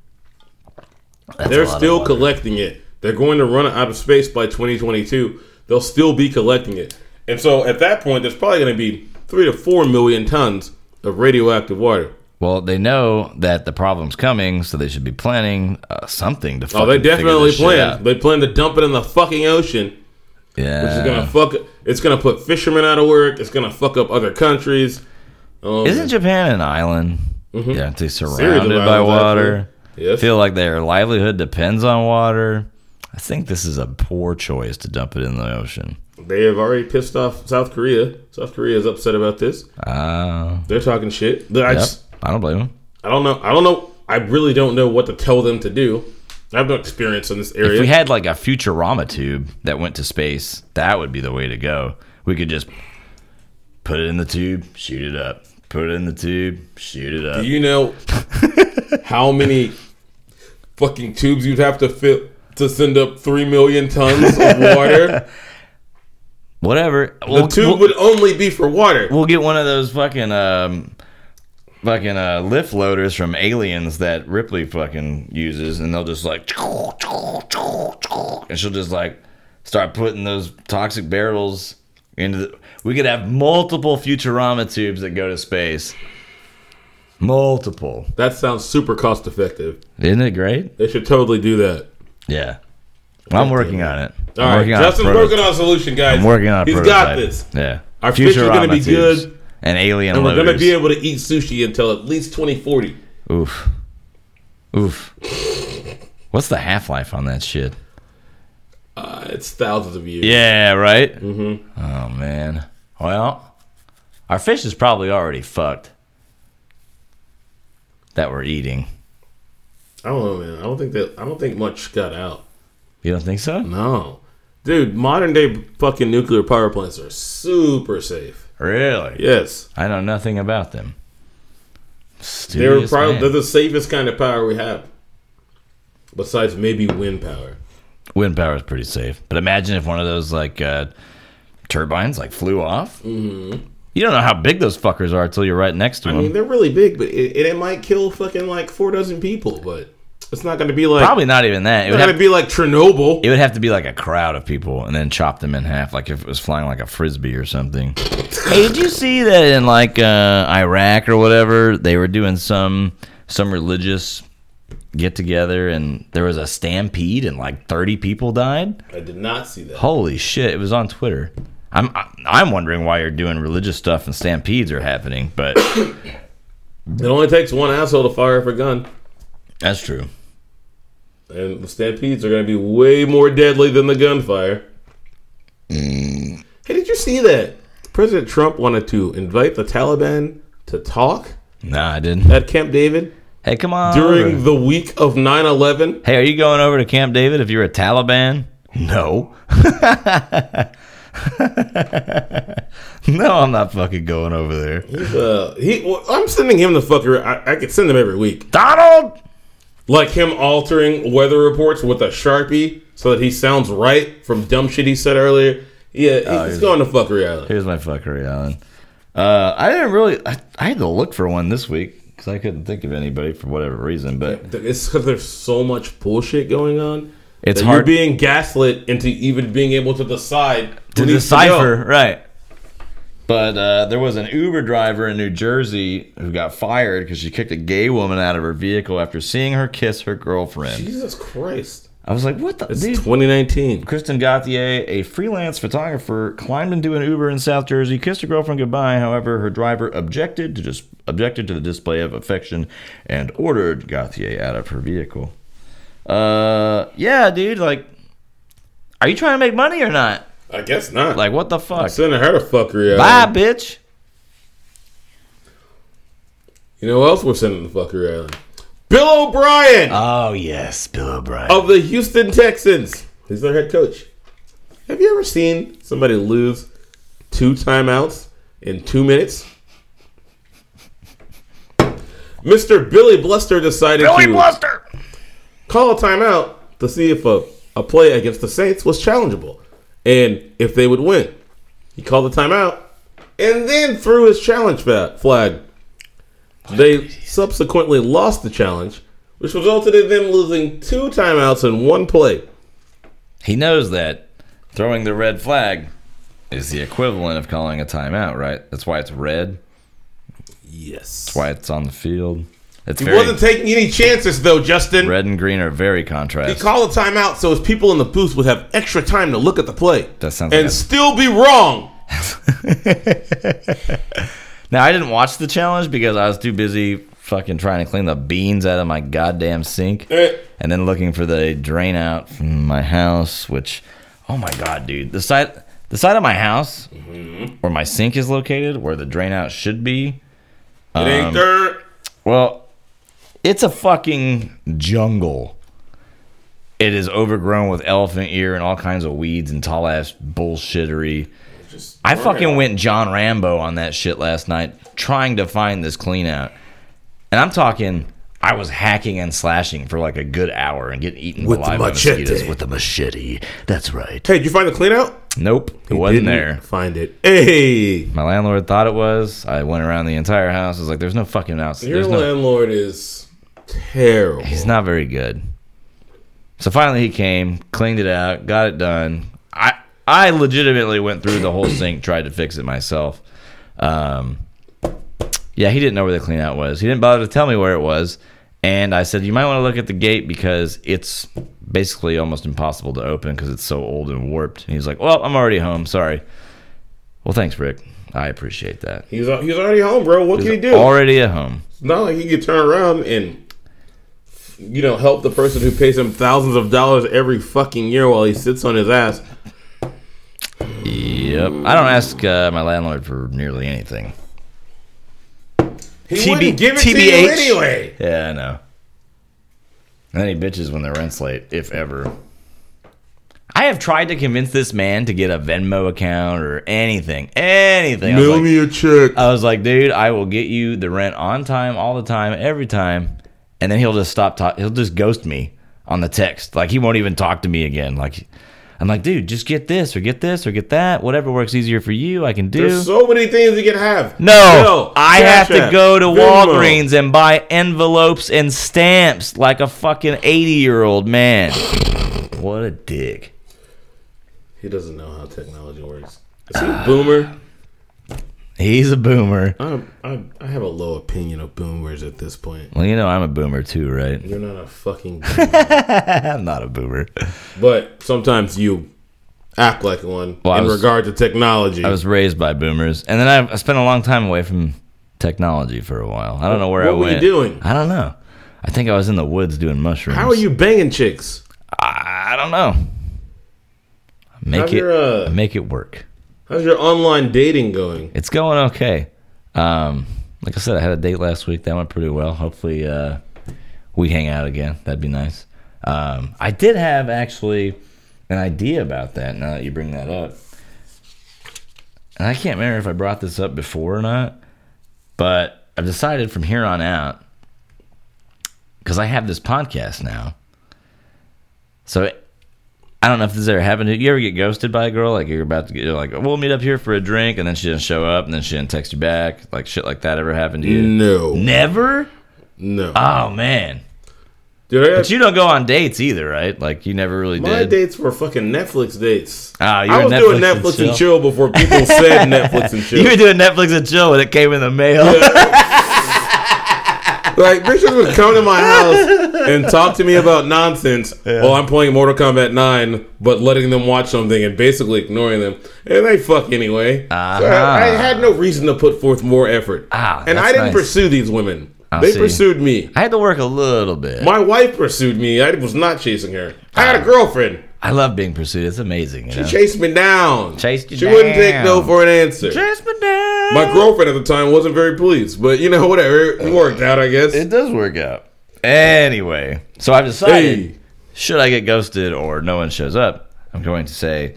They're still collecting it. They're going to run out of space by 2022. They'll still be collecting it. And so at that point, there's probably going to be 3 to 4 million tons of radioactive water.
Well, they know that the problem's coming, so they should be planning uh, something to.
Oh,
fucking
they
figure
definitely
this shit
plan.
out.
They plan to dump it in the fucking ocean.
Yeah.
It's gonna fuck. It's gonna put fishermen out of work. It's gonna fuck up other countries. Um,
Isn't Japan an island? Yeah, they're surrounded
Mm-hmm. islands,
by water.
actually. Yes.
Feel like their livelihood depends on water. I think this is a poor choice to dump it in the ocean.
they have already pissed off South Korea? South Korea is upset about this.
Uh,
They're talking shit. But I,
yep.
just-
I don't blame them.
I don't know. I don't know. I really don't know what to tell them to do. I have no experience in this area.
If we had like a Futurama tube that went to space, that would be the way to go. We could just put it in the tube, shoot it up. Put it in the tube, shoot it up.
Do you know how many fucking tubes you'd have to fill to send up three million tons of water?
whatever.
The tube
we'll,
would only be for water.
we'll get one of those fucking um, fucking uh, lift loaders from Aliens that Ripley fucking uses, and they'll just like, and she'll just like start putting those toxic barrels into. The, we could have multiple Futurama tubes that go to space. Multiple,
That sounds super cost effective.
isn't it great?
They should totally do that.
Yeah, I'm working on it.
All
I'm
right,
working on a
Justin's
prototype.
working on a solution, guys.
I'm working on a
He's got
prototype.
this,
Yeah.
Our fish are gonna
Futurama
be
tubes
good,
And alien
and we're gonna
loaders.
be able to eat sushi until at least 2040.
Oof. Oof. What's the half life on that shit?
Uh, it's thousands of years.
Yeah, right? Mm-hmm. Oh, man. Well, our fish is probably already fucked that we're eating.
I don't know, man. I don't think that. I don't think much got out.
You don't think so?
No, dude. Modern day fucking nuclear power plants are super safe.
Really?
Yes,
I know nothing about them.
they're
Studious
probably
man.
they're the safest kind of power we have, besides maybe wind power.
Wind power is pretty safe, but imagine if one of those like uh, turbines like flew off. Mm-hmm. You don't know how big those fuckers are until you're right next to
I
them.
mean, they're really big, but it, it, it might kill fucking like four dozen people. But it's not going to be like
Probably not even that. It
it's
would,
not going
have,
to be like Chernobyl.
it would have to be like a crowd of people and then chop them in half, like if it was flying like a frisbee or something. hey, did you see that in like uh, Iraq or whatever? They were doing some some religious get together, and there was a stampede, and like 30 people died.
I did not see that.
Holy shit! It was on Twitter. I'm I- I'm wondering why you're doing religious stuff and stampedes are happening, but
It only takes one asshole to fire up a gun,
that's true.
and the stampedes are going to be way more deadly than the gunfire. Hey, did you see that? President Trump wanted to invite the Taliban to talk
Nah, I didn't.
at Camp David
Hey, come on.
during
over.
the week of 9 11.
hey, are you going over to Camp David if you're a Taliban? No. no, I'm not fucking going over there.
Uh, he, well, I'm sending him the fucker. I, I could send him every week.
Donald.
Like him altering weather reports with a Sharpie so that he sounds right from dumb shit he said earlier. Yeah, he-
Oh,
he's going to fuckery island.
Here's my fuckery, Alan. Uh, I didn't really. I, I had to look for one this week because I couldn't think of anybody for whatever reason. But
It's because there's so much bullshit going on.
It's
that
hard-
You're being gaslit into even being able to decide
to
who needs go.
decipher, right? But uh, there was an Uber driver in New Jersey who got fired because she kicked a gay woman out of her vehicle after seeing her kiss her girlfriend.
Jesus Christ!
I was like, "What the?"
It's
Dude.
2019.
Kristen Gauthier, a freelance photographer, climbed into an Uber in South Jersey, kissed her girlfriend goodbye. However, her driver objected to just objected to the display of affection and ordered Gauthier out of her vehicle. Uh, yeah, dude, like, are you trying to make money or not?
I guess not. Like
Like, what the fuck?
sending her to fuckery
Bye,
island.
bitch.
You know what else we're sending to fuckery island? Bill O'Brien
Oh yes, Bill O'Brien.
Oh,
of the Houston Texans. He's their head coach. Have you ever seen somebody lose two timeouts in two minutes? Mr. Billy Bluster decided to
Bluster.
call a timeout to see if a, a play against the Saints was challengeable and if they would win. He called the timeout and then threw his challenge fa- flag. They subsequently lost the challenge, which resulted in them losing two timeouts in one play.
He knows that throwing the red flag is the equivalent of calling a timeout, right? That's why it's red.
Yes.
Why it's on the field. It's
He
very
wasn't taking any chances though, Justin.
red and green are very
He
contrast.
called a timeout so his people in the booth would have extra time to look at the play
That sounds
and
like a-
still be wrong.
now I didn't watch the challenge because I was too busy fucking trying to clean the beans out of my goddamn sink.
Eh.
and then looking for the drain out from my house, which, oh my god, dude, the side the side of my house
Mm-hmm.
where my sink is located, where the drain out should be.
It ain't
Um,
dirt.
Well, it's a fucking jungle. It is overgrown with elephant ear and all kinds of weeds and tall ass bullshittery.
Just
I
burn it
fucking went John Rambo on that shit last night trying to find this clean out. And I'm talking I was hacking and slashing for like a good hour and getting eaten
With the
alive by
machete.
mosquitoes with
with the machete. That's right.
Hey, did you find the clean out?
Nope, it
He
wasn't
didn't
there.
Find it. Hey,
My landlord thought it was. I went around the entire house. I was like, "There's no fucking house.
your
There's no."
landlord is terrible.
He's not very good. So finally, he came, cleaned it out, got it done. I I legitimately went through the whole sink, tried to fix it myself. Um, yeah, he didn't know where the clean out was. He didn't bother to tell me where it was. And I said, you might want to look at the gate because it's basically almost impossible to open because it's so old and warped. And he's like, well, I'm already home. Sorry. Well, thanks, Rick. I appreciate that.
He's al- he's already home, bro. What
He's
can he do?
already at home.
It's not like he could turn around and you know help the person who pays him thousands of dollars every fucking year while he sits on his ass.
Yep. I don't ask uh, my landlord for nearly anything.
He
TB
wouldn't give it to you
TBH.
anyway.
Yeah, I know. And then he bitches when their rent's late, if ever. I have tried to convince this man to get a Venmo account or anything. Anything. I was,
Mail
like, "Uh,
me a check.
I was like, dude, I will get you the rent on time, all the time, every time. And then he'll just stop talking. He'll just ghost me on the text. Like, he won't even talk to me again. Like, I'm like, dude, just get this or get this or get that. Whatever works easier for you, I can do.
There's so many things you can have.
No,
Yo,
I
Cash
have to
App,
go to
Venmo.
Walgreens and buy envelopes and stamps like a fucking 80 year old man. what a dick.
He doesn't know how technology works. Is he a boomer?
He's a boomer.
I'm, I'm, I have a low opinion of boomers at this point.
Well, you know, I'm a boomer too, right?
You're not a fucking boomer.
I'm not a boomer.
but sometimes you act like one
Well, I
in
was-
regard to technology.
I was raised by boomers. And then I, I spent a long time away from technology for a while. I don't know where
What
I
were you
went.
doing?
I don't know. I think I was in the woods doing mushrooms.
How are you banging chicks?
I, I don't know. Make
How's
it,
your, uh,
make it work.
How's your online dating going?
It's going okay. Um, like I said, I had a date last week. That went pretty well. Hopefully, uh, we hang out again. That'd be nice. Um, I did have actually an idea about that. Now that you bring that up, and I can't remember if I brought this up before or not, but I've decided from here on out because I have this podcast now. So I don't know if this ever happened. to You You ever get ghosted by a girl? Like you're about to get you're like, we'll meet up here for a drink, and then she didn't show up, and then she didn't text you back. Like shit, like that ever happened to you?
Mm. No,
Never.
no.
Oh man.
Dude, I
But you don't go on dates either, right? Like you never really
my
did.
dates were fucking Netflix dates.
Ah, you
I
were
was doing
Netflix and
Netflix and
chill.
chill before people said Netflix and chill.
you were doing Netflix and chill when it came in the mail.
Like bitches would come to my house and talk to me about nonsense while I'm playing Mortal Kombat 9, but letting them watch something and basically ignoring them. And they fuck anyway.
Uh, Uh-huh.
So I, I had no reason to put forth more effort.
Ah,
and I
that's
didn't
nice.
pursue these women. they
see.
pursued me.
I had to work a little bit.
My wife pursued me. I was not chasing her. I
Ah.
had a girlfriend.
I love being pursued. It's amazing. You know?
Chased me down.
Chased you
she wouldn't take
down.
no for an answer.
Chase me down.
my girlfriend at the time wasn't very pleased, but you know, whatever. It worked out, I guess.
It does work out. Anyway, so I've decided
Hey.
should I get ghosted or no one shows up, I'm going to say,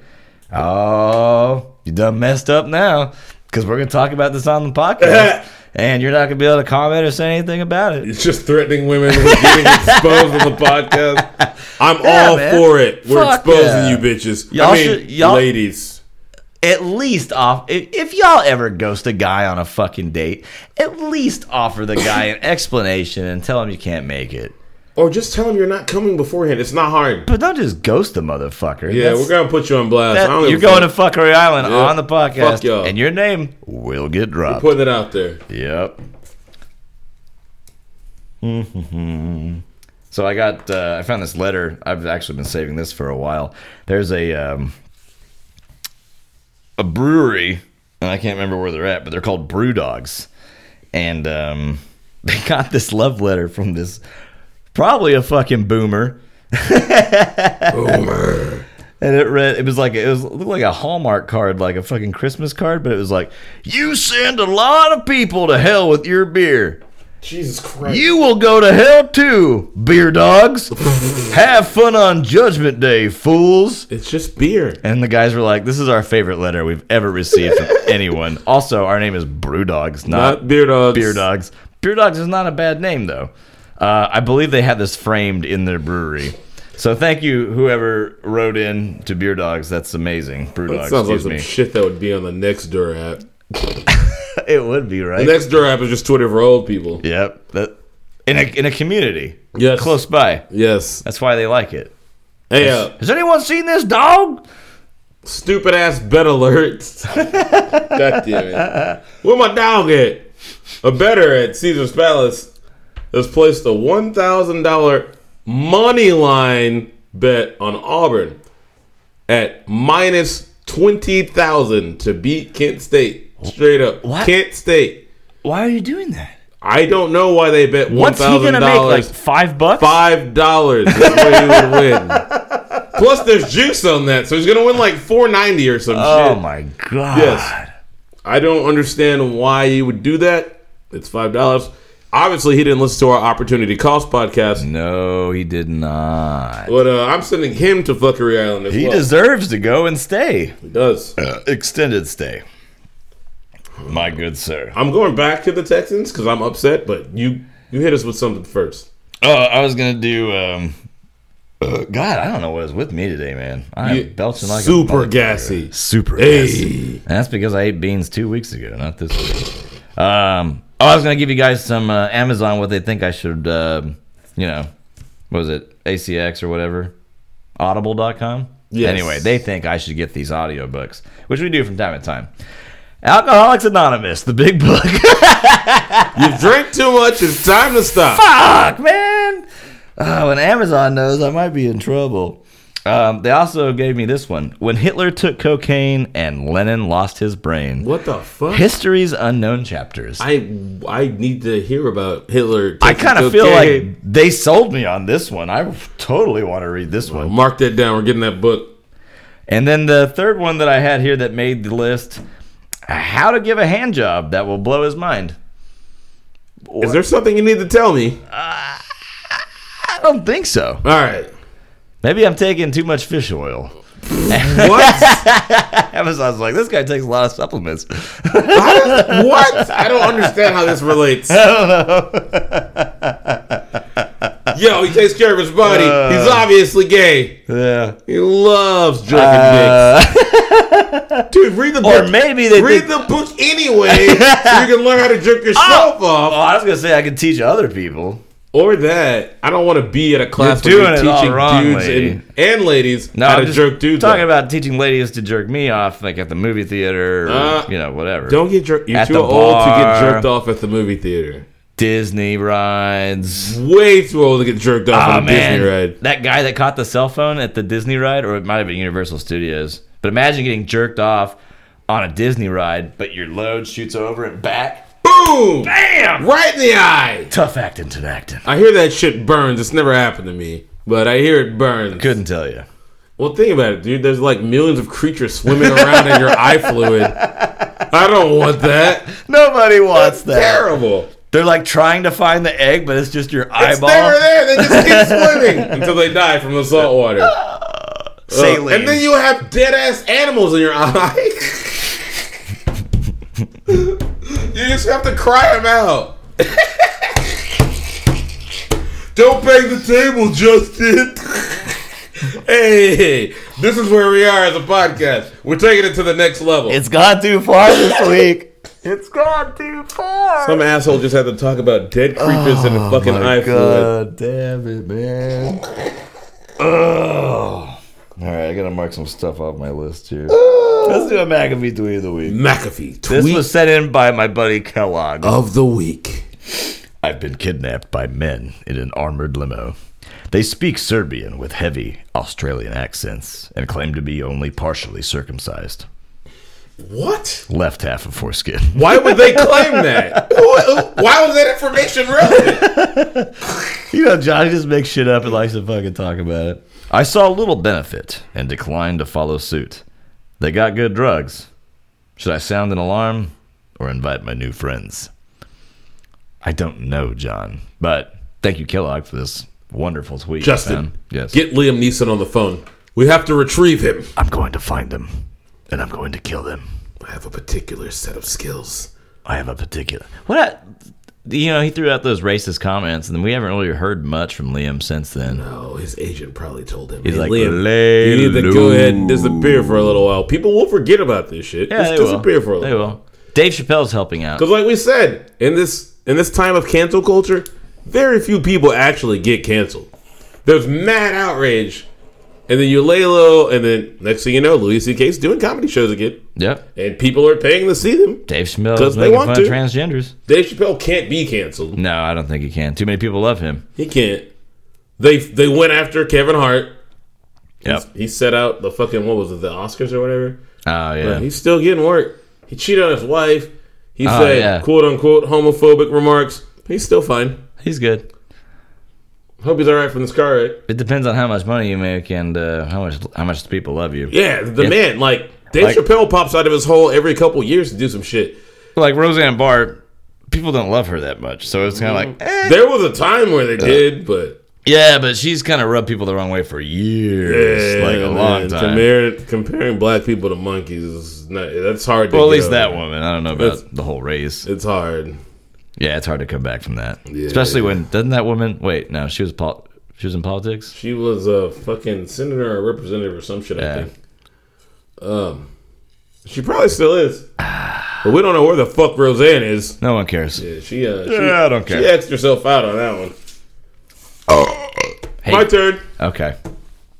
"Oh, you done messed up now," because we're going to talk about this on the podcast, and you're not going to be able to comment or say anything about it.
It's just threatening women with getting exposed on the podcast. I'm all
man.
for it. We're
Fuck
exposing
yeah.
you bitches.
Y'all
I mean,
should- y'all-
ladies.
At least off if, if y'all ever ghost a guy on a fucking date, at least offer the guy an explanation and tell him you can't make it.
Or just tell them you're not coming beforehand. It's not hard.
But don't just ghost the motherfucker.
Yeah,
That's-
we're going to put you on blast. I
that-
don't give
you're
a
going
fuck.
to Fuckery Island
Yeah.
on the podcast,
Fuck y'all.
and your name will get dropped.
Putting it out there.
Yep. Mm-hmm. so I got, uh, I found this letter. I've actually been saving this for a while. There's a um, a brewery, and I can't remember where they're at, but they're called Brew Dogs, and um, they got this love letter from this probably a fucking boomer. Oh,
Boomer.
And it read, it was like, it was it looked like a Hallmark card, like a fucking Christmas card, but it was like, you send a lot of people to hell with your beer.
Jesus Christ.
You will go to hell too, beer dogs. Have fun on Judgment Day, fools.
It's just beer.
And the guys were like, this is our favorite letter we've ever received from anyone. Also, our name is Brew Dogs, not,
Not beer dogs.
Beer Dogs. Beer Dogs is not a bad name, though. Uh, I believe they had this framed in their brewery. So thank you, whoever wrote in to Beer Dogs. That's amazing. Brew
That
Dogs,
sounds like
excuse
some
me.
shit that would be on the next Durap.
it would be,
The
right?
next Durap is just Twitter for old people.
yep. That, in, a, in a community.
Yes.
Close by.
Yes.
That's why they like it.
Hey, uh,
Has anyone seen this dog?
stupid ass bet alerts. God damn it. Where my dog at? A better at Caesar's Palace has placed a $1,000 money line bet on Auburn at minus 20,000 to beat Kent State. Straight up.
What?
Kent State.
Why are you doing that?
I don't know why they bet $1,000.
What's he gonna make? Like five bucks?
five dollars is what he would win. Plus, there's juice on that, so he's gonna win like four ninety or some
Oh
shit.
my god.
Yes. I don't understand why you would do that. It's five dollars. Obviously, he didn't listen to our opportunity cost podcast,
No, he did not.
but uh, I'm sending him to Fuckery Island as
He
well.
deserves to go and stay.
He does.
Uh, Extended stay. My good sir.
I'm going back to the Texans because I'm upset, but you you hit us with something first.
Oh, I was gonna do. Um, uh, God, I don't know what is with me today, man. I'm
You-
belching like
super
a motherfucker.
gassy.
Super gassy.
Hey,
And that's because I ate beans two weeks ago, not this week. Um, oh, I was gonna give you guys some uh, Amazon what they think I should, um you know, what was it ACX or whatever, Audible.com.
Yes.
Anyway, they think I should get these audiobooks, which we do from time to time. Alcoholics Anonymous, the big book.
you drink too much. It's time to stop.
Fuck, man. Oh, when Amazon knows, I might be in trouble. Um, they also gave me this one: When Hitler took cocaine and Lenin lost his brain.
What the fuck?
History's unknown chapters. I,
I I need to hear about Hitler.
kind of
taking
feel
cocaine.
like they sold me on this one. I totally want to read this one.
mark that down. We're getting that book.
And then the third one that I had here that made the list: How to give a hand job that will blow his mind.
Is there something you need to tell me?
I don't think so.
All right.
Maybe I'm taking too much fish oil.
What?
Amazon's like, this guy takes a lot of supplements.
what? I don't understand how this relates. I don't know. Yo, he takes care of his body.
Uh.
He's obviously gay.
yeah.
He loves jerking dicks. Dude, read the book.
Uh. Or maybe they
read
think-
the book anyway, so you can learn how to jerk yourself
Oh,
off.
I was gonna say I could teach other people.
Or that. I don't want to be at a class
You're
where
doing
you're
it all
teaching
wrong,
dudes
lady.
and, and ladies
No,
how
I'm
to
just
jerk dudes.
talking
off.
about teaching ladies to jerk me off, like at the movie theater, or,
Uh,
you know, whatever.
Don't get jerked. You're
At
too
the
old to get
bar.
jerked off at the movie theater.
Disney rides.
Way too old to get jerked off
Oh
on a
man,
Disney ride.
that guy that caught the cell phone at the Disney ride, or it might have been Universal Studios. But imagine getting jerked off on a Disney ride, but your load shoots over and back.
Boom!
Bam!
Right in the eye.
Tough acting, to acting.
I hear that shit burns. It's never happened to me, but I hear it burns.
Couldn't tell you.
Well, think about it, dude. There's like millions of creatures swimming around in your eye fluid. I don't want that.
Nobody wants that.
Terrible.
They're like trying to find the egg, but it's just your
It's
eyeball.
never there. They just keep swimming until they die from the salt water.
Saline.
Uh, And then you have dead ass animals in your eye. you just have to cry them out. Don't bang the table, Justin. hey, this is where we are as a podcast. We're taking it to the next level.
It's gone too far this week. It's gone too far.
Some asshole just had to talk about dead creatures in
Oh
a fucking eye fluid.
damn it, man. Oh. All right, I gotta mark some stuff off my list here. Let's do a McAfee tweet of the week.
McAfee, tweet
This was sent in by my buddy Kellogg.
of the week.
I've been kidnapped by men in an armored limo. They speak Serbian with heavy Australian accents and claim to be only partially circumcised.
What?
Left half of foreskin.
Why would they claim that? Who- Why was that information relevant?
You know, Johnny just makes shit up and likes to fucking talk about it. I saw little benefit and declined to follow suit. They got good drugs. Should I sound an alarm or invite my new friends? I don't know, John, but thank you, Kellogg, for this wonderful tweet.
Justin,
man. yes,
Get Liam Neeson on the phone. We have to retrieve him.
I'm going to find them, and I'm going to kill them.
I have a particular set of skills.
I have a particular. What? you know, he threw out those racist comments, and we haven't really heard much from Liam since then.
Oh, his agent probably told him.
He's
"Hey,
like,
Liam,
"Lay
you need to go ahead and disappear for a little while. People will forget about this shit.
Yeah,
Just
they
disappear
will.
for a
They
little
will. Dave Chappelle's helping out.
Because, like we said, in this in this time of cancel culture, very few people actually get canceled. There's mad outrage, and then you lay low, and then next thing you know, Louis C.K.'s doing comedy shows again,
Yep.
and people are paying to see them.
Dave
'Cause
Chappelle's
they
making
want
fun of
to.
transgenders.
Dave Chappelle can't be canceled.
No, I don't think he can. Too many people love him.
He can't. They they went after Kevin Hart.
Yep.
He set out the fucking what was it, the Oscars or whatever.
Oh yeah.
He's still getting work. He cheated on his wife. He
Oh,
said
yeah.
quote unquote homophobic remarks. He's still fine.
He's good.
Hope he's all right from this car wreck.
It depends on how much money you make and uh, how much how much people love you.
Yeah, the
Yeah.
man like Dave
Like-
Chappelle pops out of his hole every couple years to do some shit.
Like Roseanne Barr, people don't love her that much, so it's kind
Mm-hmm.
of like, eh.
There was a time where they did, but
yeah, but she's kind of rubbed people the wrong way for years,
yeah,
like a
eh, man,
long time.
Comparing, comparing black people to monkeys is not, that's hard. To
well, at
get
least
over.
that woman. I don't know about
That's-
the whole race.
It's hard.
Yeah, it's hard to come back from that, especially when doesn't that woman? Wait, no, she was pol- she was in politics.
She was a fucking senator or representative or some shit. I
Yeah.
think. Um, she probably still is, but we don't know where the fuck Roseanne is.
No one cares.
Yeah, she. Uh, she
Yeah, I don't
She
care. Oh.
axed herself out on that one.
Hey.
My turn.
Okay.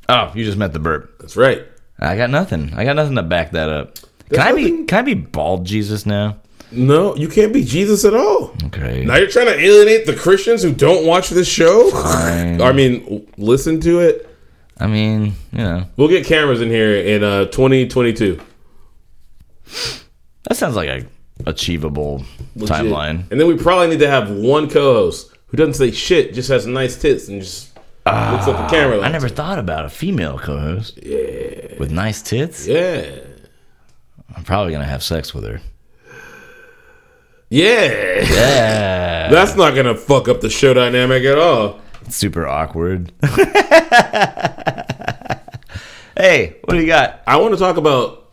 Oh, you just meant the burp.
That's right.
I got nothing. I got nothing to back that up. Can I be
nothing-
can I be bald Jesus now?
No, you can't be Jesus at all.
Okay.
Now you're trying to alienate the Christians who don't watch this show. I mean, w- listen to it.
I mean, you know.
We'll get cameras in here in uh, 2022
That sounds like a achievable
Legit.
timeline.
and then we probably need to have one co-host who doesn't say shit, just has nice tits and just looks at the camera.
Ah, I
Like,
never thought about a female co-host. Yeah. With nice tits.
yeah,
I'm probably gonna have sex with her.
yeah.
Yeah.
That's not gonna fuck up the show dynamic at all.
It's super awkward. hey, what do you got?
I want to talk about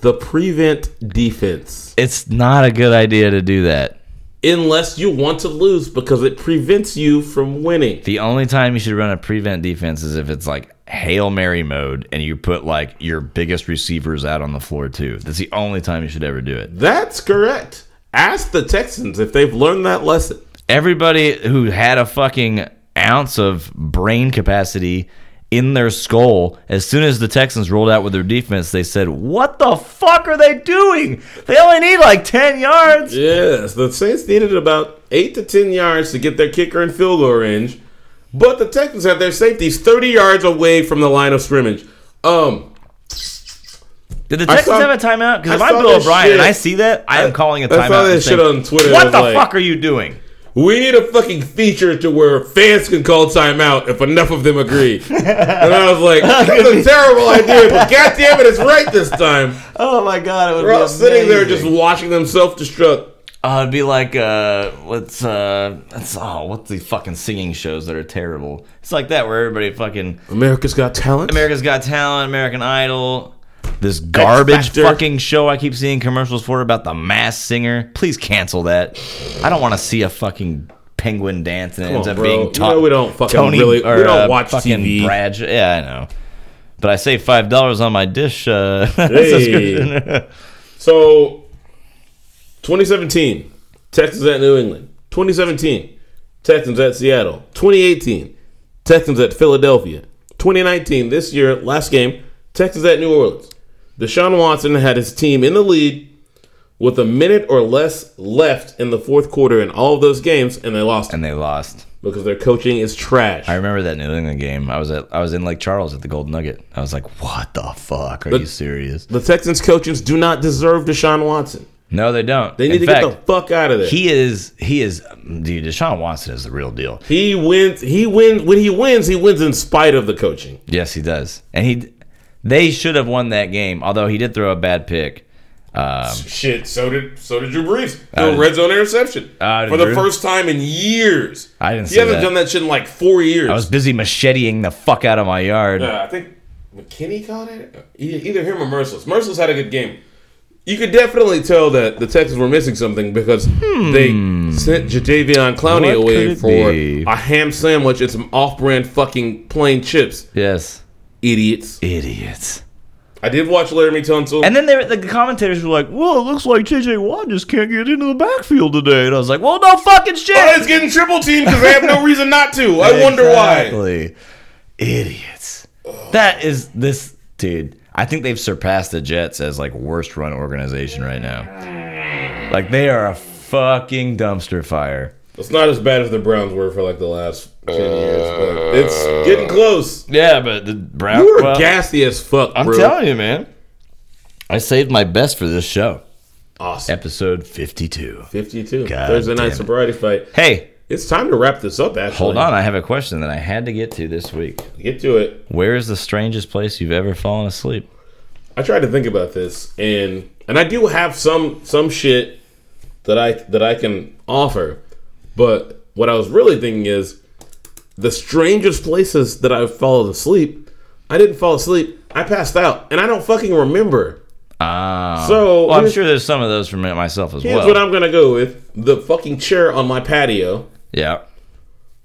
the prevent defense,
It's not a good idea to do that.
unless you want to lose because it prevents you from winning.
The only time you should run a prevent defense is if it's like Hail Mary mode and you put like your biggest receivers out on the floor too. That's the only time you should ever do it.
That's correct. Ask the Texans if they've learned that lesson.
Everybody who had a fucking ounce of brain capacity in their skull, as soon as the Texans rolled out with their defense, they said, What the fuck are they doing? They only need like 10 yards.
Yes, the Saints needed about eight to ten yards to get their kicker in field goal range, but the Texans had their safeties thirty yards away from the line of scrimmage. Um,
Did the
I
Texans
saw-
have a timeout? Because if
I
I'm
saw
Bill
this
O'Brien and
shit.
I see that, I am calling a
I
timeout.
saw
and
this shit
saying,
on Twitter. It
What
was
the
like-
fuck are you doing?
we need a fucking feature to where fans can call timeout if enough of them agree. and I was like, that's a terrible idea, but goddamn it, it's right this time.
Oh my god, it would
We're all sitting there just watching them self-destruct.
Oh, it'd be like uh, what's uh, that's oh, what's the fucking singing shows that are terrible? It's like that where everybody fucking
America's Got Talent.
America's Got Talent, American Idol, this garbage
Factor.
fucking show I keep seeing commercials for about the Mass Singer. Please cancel that. I don't want to see a fucking penguin dance and it ends
on,
up
bro.
being
You know we don't fucking really- we don't watch
uh, fucking
TV.
Brad, yeah, I know. But I save five dollars on my dish uh, subscription.
So, 2017, Texans at New England. 2017, Texans at Seattle. 2018, Texans at Philadelphia. 2019, this year, last game, Texans at New Orleans. Deshaun Watson had his team in the lead with a minute or less left in the fourth quarter in all of those games, and they lost
and they lost.
because their coaching is trash.
I remember that New England game. I was at I was in Lake Charles at the Gold Nugget. I was like, "What the fuck? Are you serious?"
The Texans coaches do not deserve Deshaun Watson.
No, they don't.
They need
in
to
fact,
get the fuck out of there.
he is he is dude. Deshaun Watson is the real deal.
He wins. He wins when he wins. He wins in spite of the coaching.
Yes, he does. And he they should have won that game. Although he did throw a bad pick. Um,
Shit. So did so did Drew Brees.
Uh,
No red zone interception
uh,
for the
Drew?
first time in years.
I didn't
He
see
hasn't
that.
done that shit in like four years.
I was busy macheteing the fuck out of my yard.
Uh, I think McKinney caught it. E- Either him or Merciless. Merciless had a good game. You could definitely tell that the Texans were missing something because they sent Jadavion Clowney
Hmm. What could
away
it
for
be?
a ham sandwich and some off-brand fucking plain chips.
Yes.
Idiots.
Idiots.
I did watch Laramie Tunsil.
And then they, were- the commentators were like, well, it looks like T.J. Watt just can't get into the backfield today. And I was like, well, no fucking shit.
Oh, it's getting triple teamed because they have no reason not to. I wonder why.
Exactly. Idiots. That is this dude. I think they've surpassed the Jets as like worst run organization right now. Like they are a fucking dumpster fire.
It's not as bad as the Browns were for like the last ten years, but it's getting close.
Yeah, but the Browns.
You were gassy as fuck, bro.
I'm telling you, man. I saved my best for this show,
Awesome.
episode 52.
52.
God
Thursday
damn
night
it.
sobriety fight.
Hey,
It's time to wrap this up, actually.
hold on. I have a question that I had to get to this week.
Get to it.
Where is the strangest place you've ever fallen asleep?
I tried to think about this, and and I do have some some shit that I that I can offer, but what I was really thinking is the strangest places that I've fallen asleep. I didn't fall asleep. I passed out, and I don't fucking remember.
Ah.
So
well, I'm
here's-
sure there's some of those for me- myself as
Here's
well.
what I'm gonna go with: the fucking chair on my patio
yeah.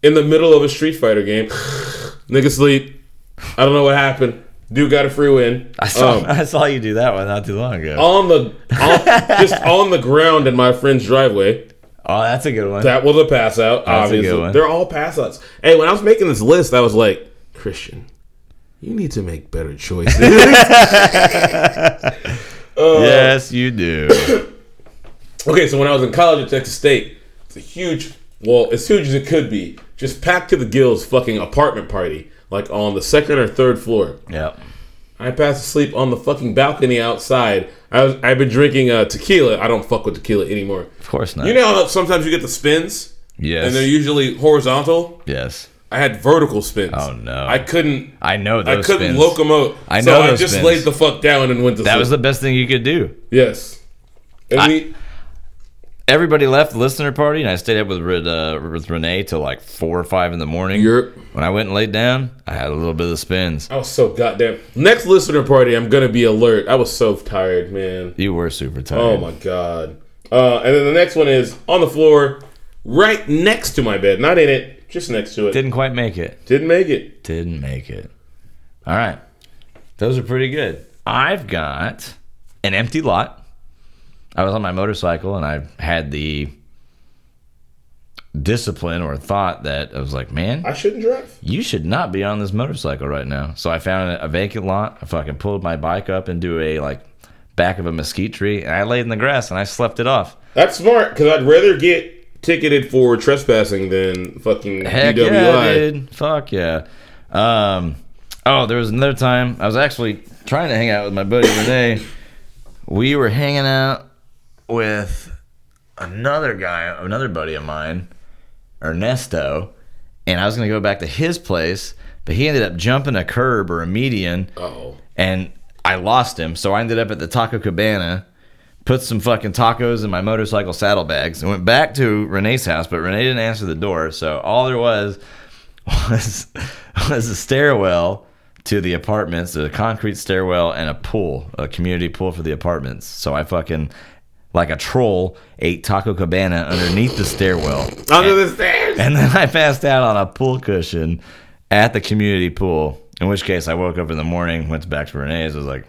in the middle of a Street Fighter game. Nigga sleep. I don't know what happened. Dude got a free win. Um,
I saw, I saw you do that one not too long ago. Oh,
on the on, just on the ground in my friend's driveway.
Oh, that's a good one.
That was a pass out.
That's a good
obviously,
one.
they're all pass outs. Hey, when I was making this list, I was like, Christian, you need to make better choices.
yes, you do.
okay, so when I was in college at Texas State, it's a huge, well, as huge as it could be, just packed to the gills, fucking apartment party, like on the second or third floor.
yep.
I passed asleep on the fucking balcony outside. I was, I've been drinking uh, tequila. I don't fuck with tequila anymore.
Of course not.
You know how sometimes you get the spins,
yes.
and they're usually horizontal.
yes.
I had vertical spins.
Oh, no.
I couldn't.
I know
I
those
couldn't
spins.
locomote.
I
so
know
I
those
just
spins.
laid the fuck down and went to
that
sleep.
was the best thing you could do.
yes. And we,
Everybody left the listener party, and I stayed up with Red- uh, with Renee till like four or five in the morning.
Europe.
When I went and laid down, I had a little bit of the spins.
I was so goddamn. Next listener party, I'm gonna be alert. I was so tired, man.
You were super tired.
Oh my god. Uh, and then the next one is on the floor, right next to my bed, not in it, just next to it.
Didn't quite make it.
Didn't make it.
Didn't make it. All right. Those are pretty good. I've got an empty lot. I was on my motorcycle and I had the discipline or thought that I was like, man,
I shouldn't drive.
you should not be on this motorcycle right now. So I found a vacant lot. I fucking pulled my bike up into a like back of a mesquite tree and I laid in the grass and I slept it off.
That's smart because I'd rather get ticketed for trespassing than fucking
Heck
DWI.
yeah, dude. Fuck yeah. Um, oh, there was another time I was actually trying to hang out with my buddy Renee. we were hanging out with another guy, another buddy of mine, Ernesto, and I was gonna go back to his place, but he ended up jumping a curb or a median
Oh,
and I lost him. So I ended up at the Taco Cabana, put some fucking tacos in my motorcycle saddlebags, and went back to Renee's house. But Renee didn't answer the door, so all there was was was a stairwell to the apartments, a concrete stairwell, and a pool, a community pool for the apartments. So I fucking. Like a troll, ate Taco Cabana underneath the stairwell,
under the stairs.
and then I passed out on a pool cushion at the community pool. In which case, I woke up in the morning, went back to Renee's, was like,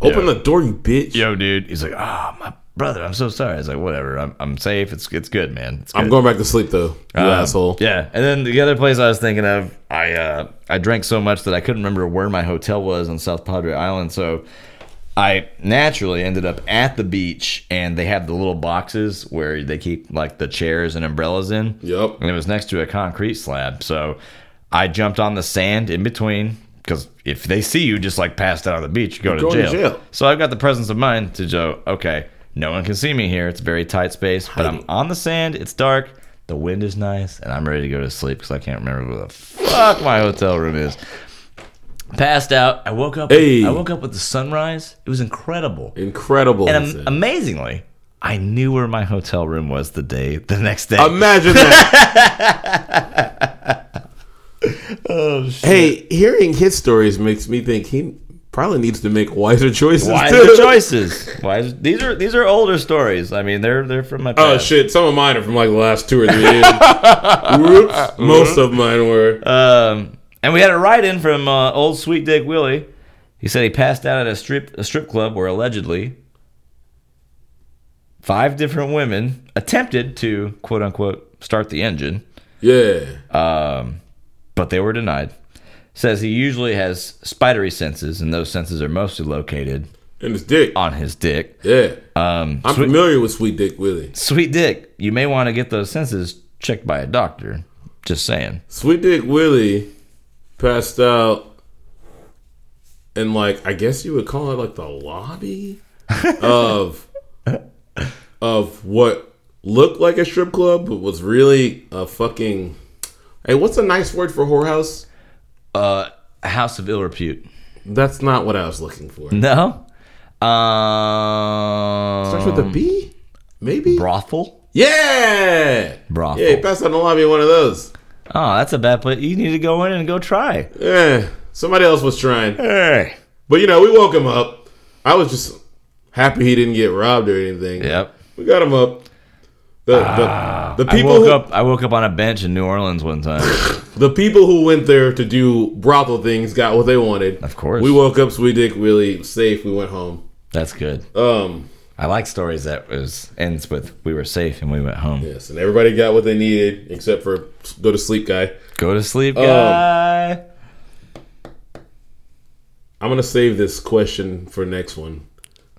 Open the door, you bitch.
"Yo, dude." He's like, "Ah, my brother, I'm so sorry." I was like, "Whatever, I'm, I'm safe. It's it's good, man. It's good.
I'm going back to sleep though, you
Um,
asshole.
Yeah. And then the other place I was thinking of, I uh, I drank so much that I couldn't remember where my hotel was on South Padre Island, so I naturally ended up at the beach, and they have the little boxes where they keep like the chairs and umbrellas in.
Yep.
And it was next to a concrete slab, so I jumped on the sand in between. Because if they see you just like passed out on the beach, you go to,
going to
jail.
jail.
So I've got the presence of mind to go, okay, no one can see me here. It's a very tight space, but I'm on the sand. It's dark. The wind is nice, and I'm ready to go to sleep because I can't remember where the fuck my hotel room is. Passed out. I woke up.
Hey.
I woke up with the sunrise. It was incredible,
Incredible.
and
he
am-
said.
amazingly, I knew where my hotel room was the day, the next day.
Imagine that.
Oh,
hey, hearing his stories makes me think he probably needs to make wiser choices.
Wiser choices. Wiser. These are these are older stories. I mean, they're they're from my
Oh
past.
shit! Some of mine are from like the last two or three years. Whoops. Most of mine were.
Um, and we had a write-in from uh, old sweet Dick Willie. He said he passed out at a strip a strip club where allegedly five different women attempted to quote unquote start the engine, um,
Yeah.
but they were denied. Says he usually has spidery senses, and those senses are mostly located
And his dick.
on his dick.
Yeah.
Um,
I'm familiar with Uh, Sweet Dick Willie.
sweet Dick, you may want to get those senses checked by a doctor. Just saying.
Sweet Dick Willie passed out in like I guess you would call it like the lobby of of what looked like a strip club but was really a fucking Hey, what's a nice word for whorehouse?
Uh, house of ill repute.
That's not what I was looking
Mm,
for.
No. Um,
Starts with a B? Maybe?
brothel.
yeah!
Brothel.
Yeah, he passed out in the lobby of one of those.
Oh, that's a bad place. You need to go in and go try.
Yeah. Somebody else was trying.
Hey.
But you know, we woke him up. I was just happy he didn't get robbed or anything.
Yep.
We got him up. The, the- the,
Ah, I
people
woke
who,
up. I woke up on a bench in New Orleans one time.
the people who went there to do brothel things got what they wanted.
Of course.
We woke up Sweet Dick Willie safe. We went home.
that's good.
Um,
I like stories that was ends with we were safe and we went home.
yes, and everybody got what they needed except for go to sleep guy.
Go to sleep,
Um,
guy.
I'm gonna save this question for next one.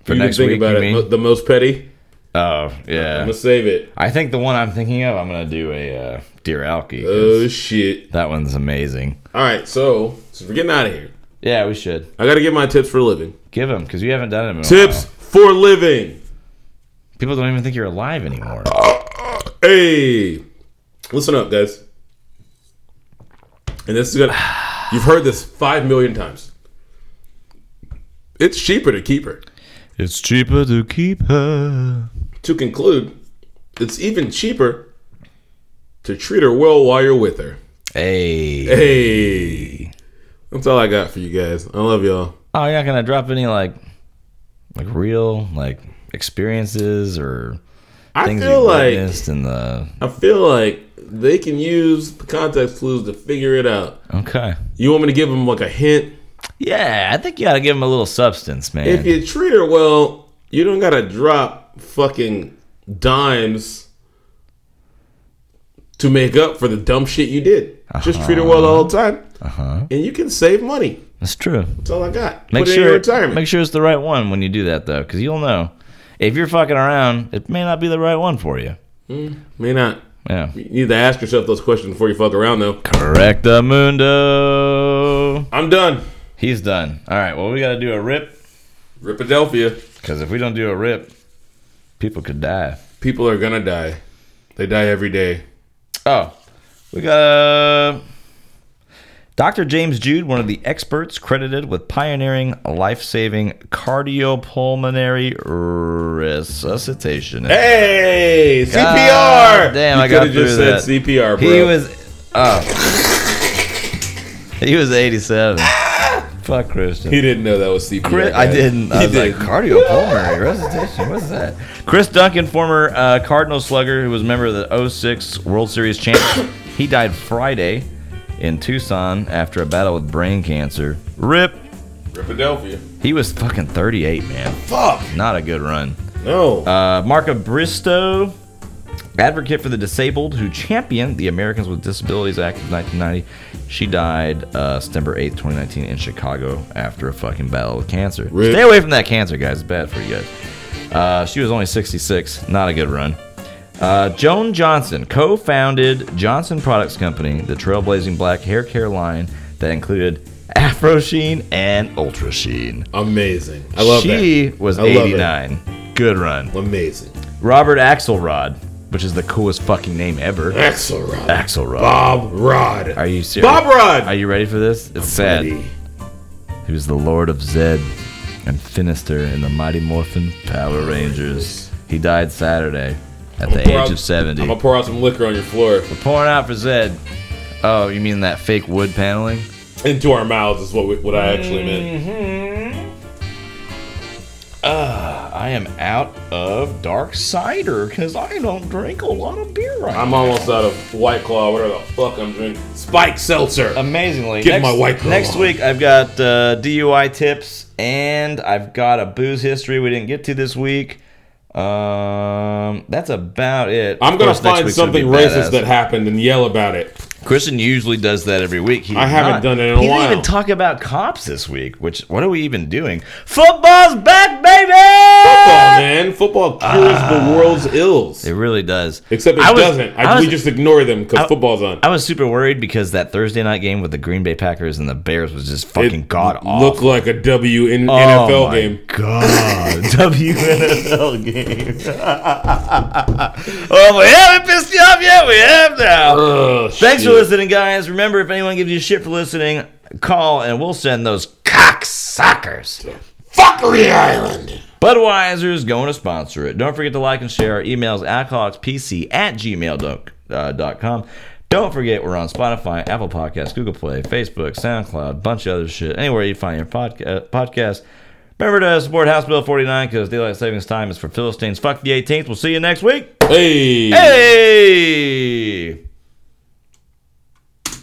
For
next week, you mean?
mo- The most petty.
oh
I'm
yeah.
gonna save it.
I think the one I'm thinking of, I'm gonna do a uh, dear Alki. 'cause
Oh shit!
that one's amazing.
All right, so since we're getting out of here,
Yeah, we should
I gotta give my tips for a living.
give him because you haven't done it in a
Tips
while.
for living.
People don't even think you're alive anymore.
Hey, listen up, guys. And this is gonna, you've heard this five million times. It's cheaper to keep her.
It's cheaper to keep her.
To conclude, it's even cheaper to treat her well while you're with her.
Hey.
Hey, that's all I got for you guys. I love y'all.
Oh, you're not gonna drop any like, like real like experiences or
I
things
feel
you
like
witnessed in the.
I feel like they can use the context clues to figure it out.
Okay.
You want me to give them like a hint?
Yeah, I think you gotta give him a little substance, man.
If you treat her well, you don't gotta drop fucking dimes to make up for the dumb shit you did. Just treat her well all the time,
uh-huh.
and you can save money.
That's true.
That's all I got.
Make
Put it in
sure
your retirement.
make sure it's the right one when you do that though, because you'll know. If you're fucking around, it may not be the right one for you.
May not.
Yeah.
You need to ask yourself those questions before you fuck around, though.
Correct the mundo.
I'm done.
He's done. All right. Well, we gotta do a rip
Ripadelphia.
because if we don't do a rip, people could die.
People are gonna die. They die every day.
Oh, we got uh, Dr. James Jude, one of the experts credited with pioneering life saving cardiopulmonary resuscitation.
Hey, CPR.
God Ah, damn, I got
coulda just
through
said
that.
CPR, bro.
he was. Oh. He was 87. Fuck Christian.
He didn't know that was CPR.
Chris, I
guys.
didn't. I
He
was like, cardiopulmonary resuscitation. What's that? Chris Duncan, former uh, Cardinal slugger who was a member of the 06 World Series champion, he died Friday in Tucson after a battle with brain cancer. Rip.
Ripadelphia.
He was fucking 38, man.
Fuck.
Not a good run.
No.
Uh, Marco Bristow, advocate for the disabled who championed the Americans with Disabilities Act of 1990. She died uh, September 8th, 2019, in Chicago after a fucking battle with cancer.
Rip.
Stay away from that cancer, guys. It's bad for you guys. Uh, she was only 66. Not a good run. Uh, Joan Johnson co founded Johnson Products Company, the trailblazing black hair care line that included Afro Sheen and Ultra Sheen.
Amazing. I love
she was
I love it.
89. Good run.
that. Amazing.
Robert Axelrod, which is the coolest fucking name ever.
Axelrod.
Axelrod.
Bob Rod.
Are you serious?
Bob Rod.
Are you ready for this? It's sad. He was the Lord of Zed and Finister in the Mighty Morphin Power Rangers. He died Saturday at the
pour
age
out-
of 70.
I'm gonna pour out some liquor on your floor
Pouring out for Zed. Oh, you mean that fake wood paneling? Mm.
into our mouths is what we, what I actually meant.
uh, I am out of dark cider because I don't drink a lot of beer right
I'm almost out of White Claw, whatever the fuck I'm drinking. Spike Seltzer.
Um, Amazingly,
Get
next,
my white girl
next
on.
week I've got uh, DUI tips and I've got a booze history we didn't get to this week. Um, that's about it.
I'm
Of
gonna
course, next
find
week's gonna be
something racist
badass.
that happened and yell about it.
Christian usually does that every week. He
I
did
haven't
not.
done it in a
he
while.
didn't even talk about cops this week. Which what are we even doing? Football's back, baby.
Football, man. Football cures the world's ills.
It really does.
Except it
Ah. I was-
doesn't. I,
I
we
was-
just ignore them because
I-
football's on.
I was super worried because that Thursday night game with the Green Bay Packers and the Bears was just fucking god awful.
Look like a W in
Oh
NFL
my
game.
God, WNFL game. oh, we haven't pissed you off yet. We have now.
Ugh,
Thanks for
shit.
listening, guys. Remember, if anyone gives you shit for listening, call and we'll send those cocksuckers.
Fuckery Island.
Budweiser's going to sponsor it. Don't forget to like and share our emails, alcoholicspc at gmail.com. Don't forget, we're on Spotify, Apple Podcasts, Google Play, Facebook, SoundCloud, bunch of other shit. Anywhere you find your podca- uh, podcast. Remember to support House Bill 49 because daylight savings time is for Philistines. Fuck the 18th. We'll see you next week.
Hey.
Hey!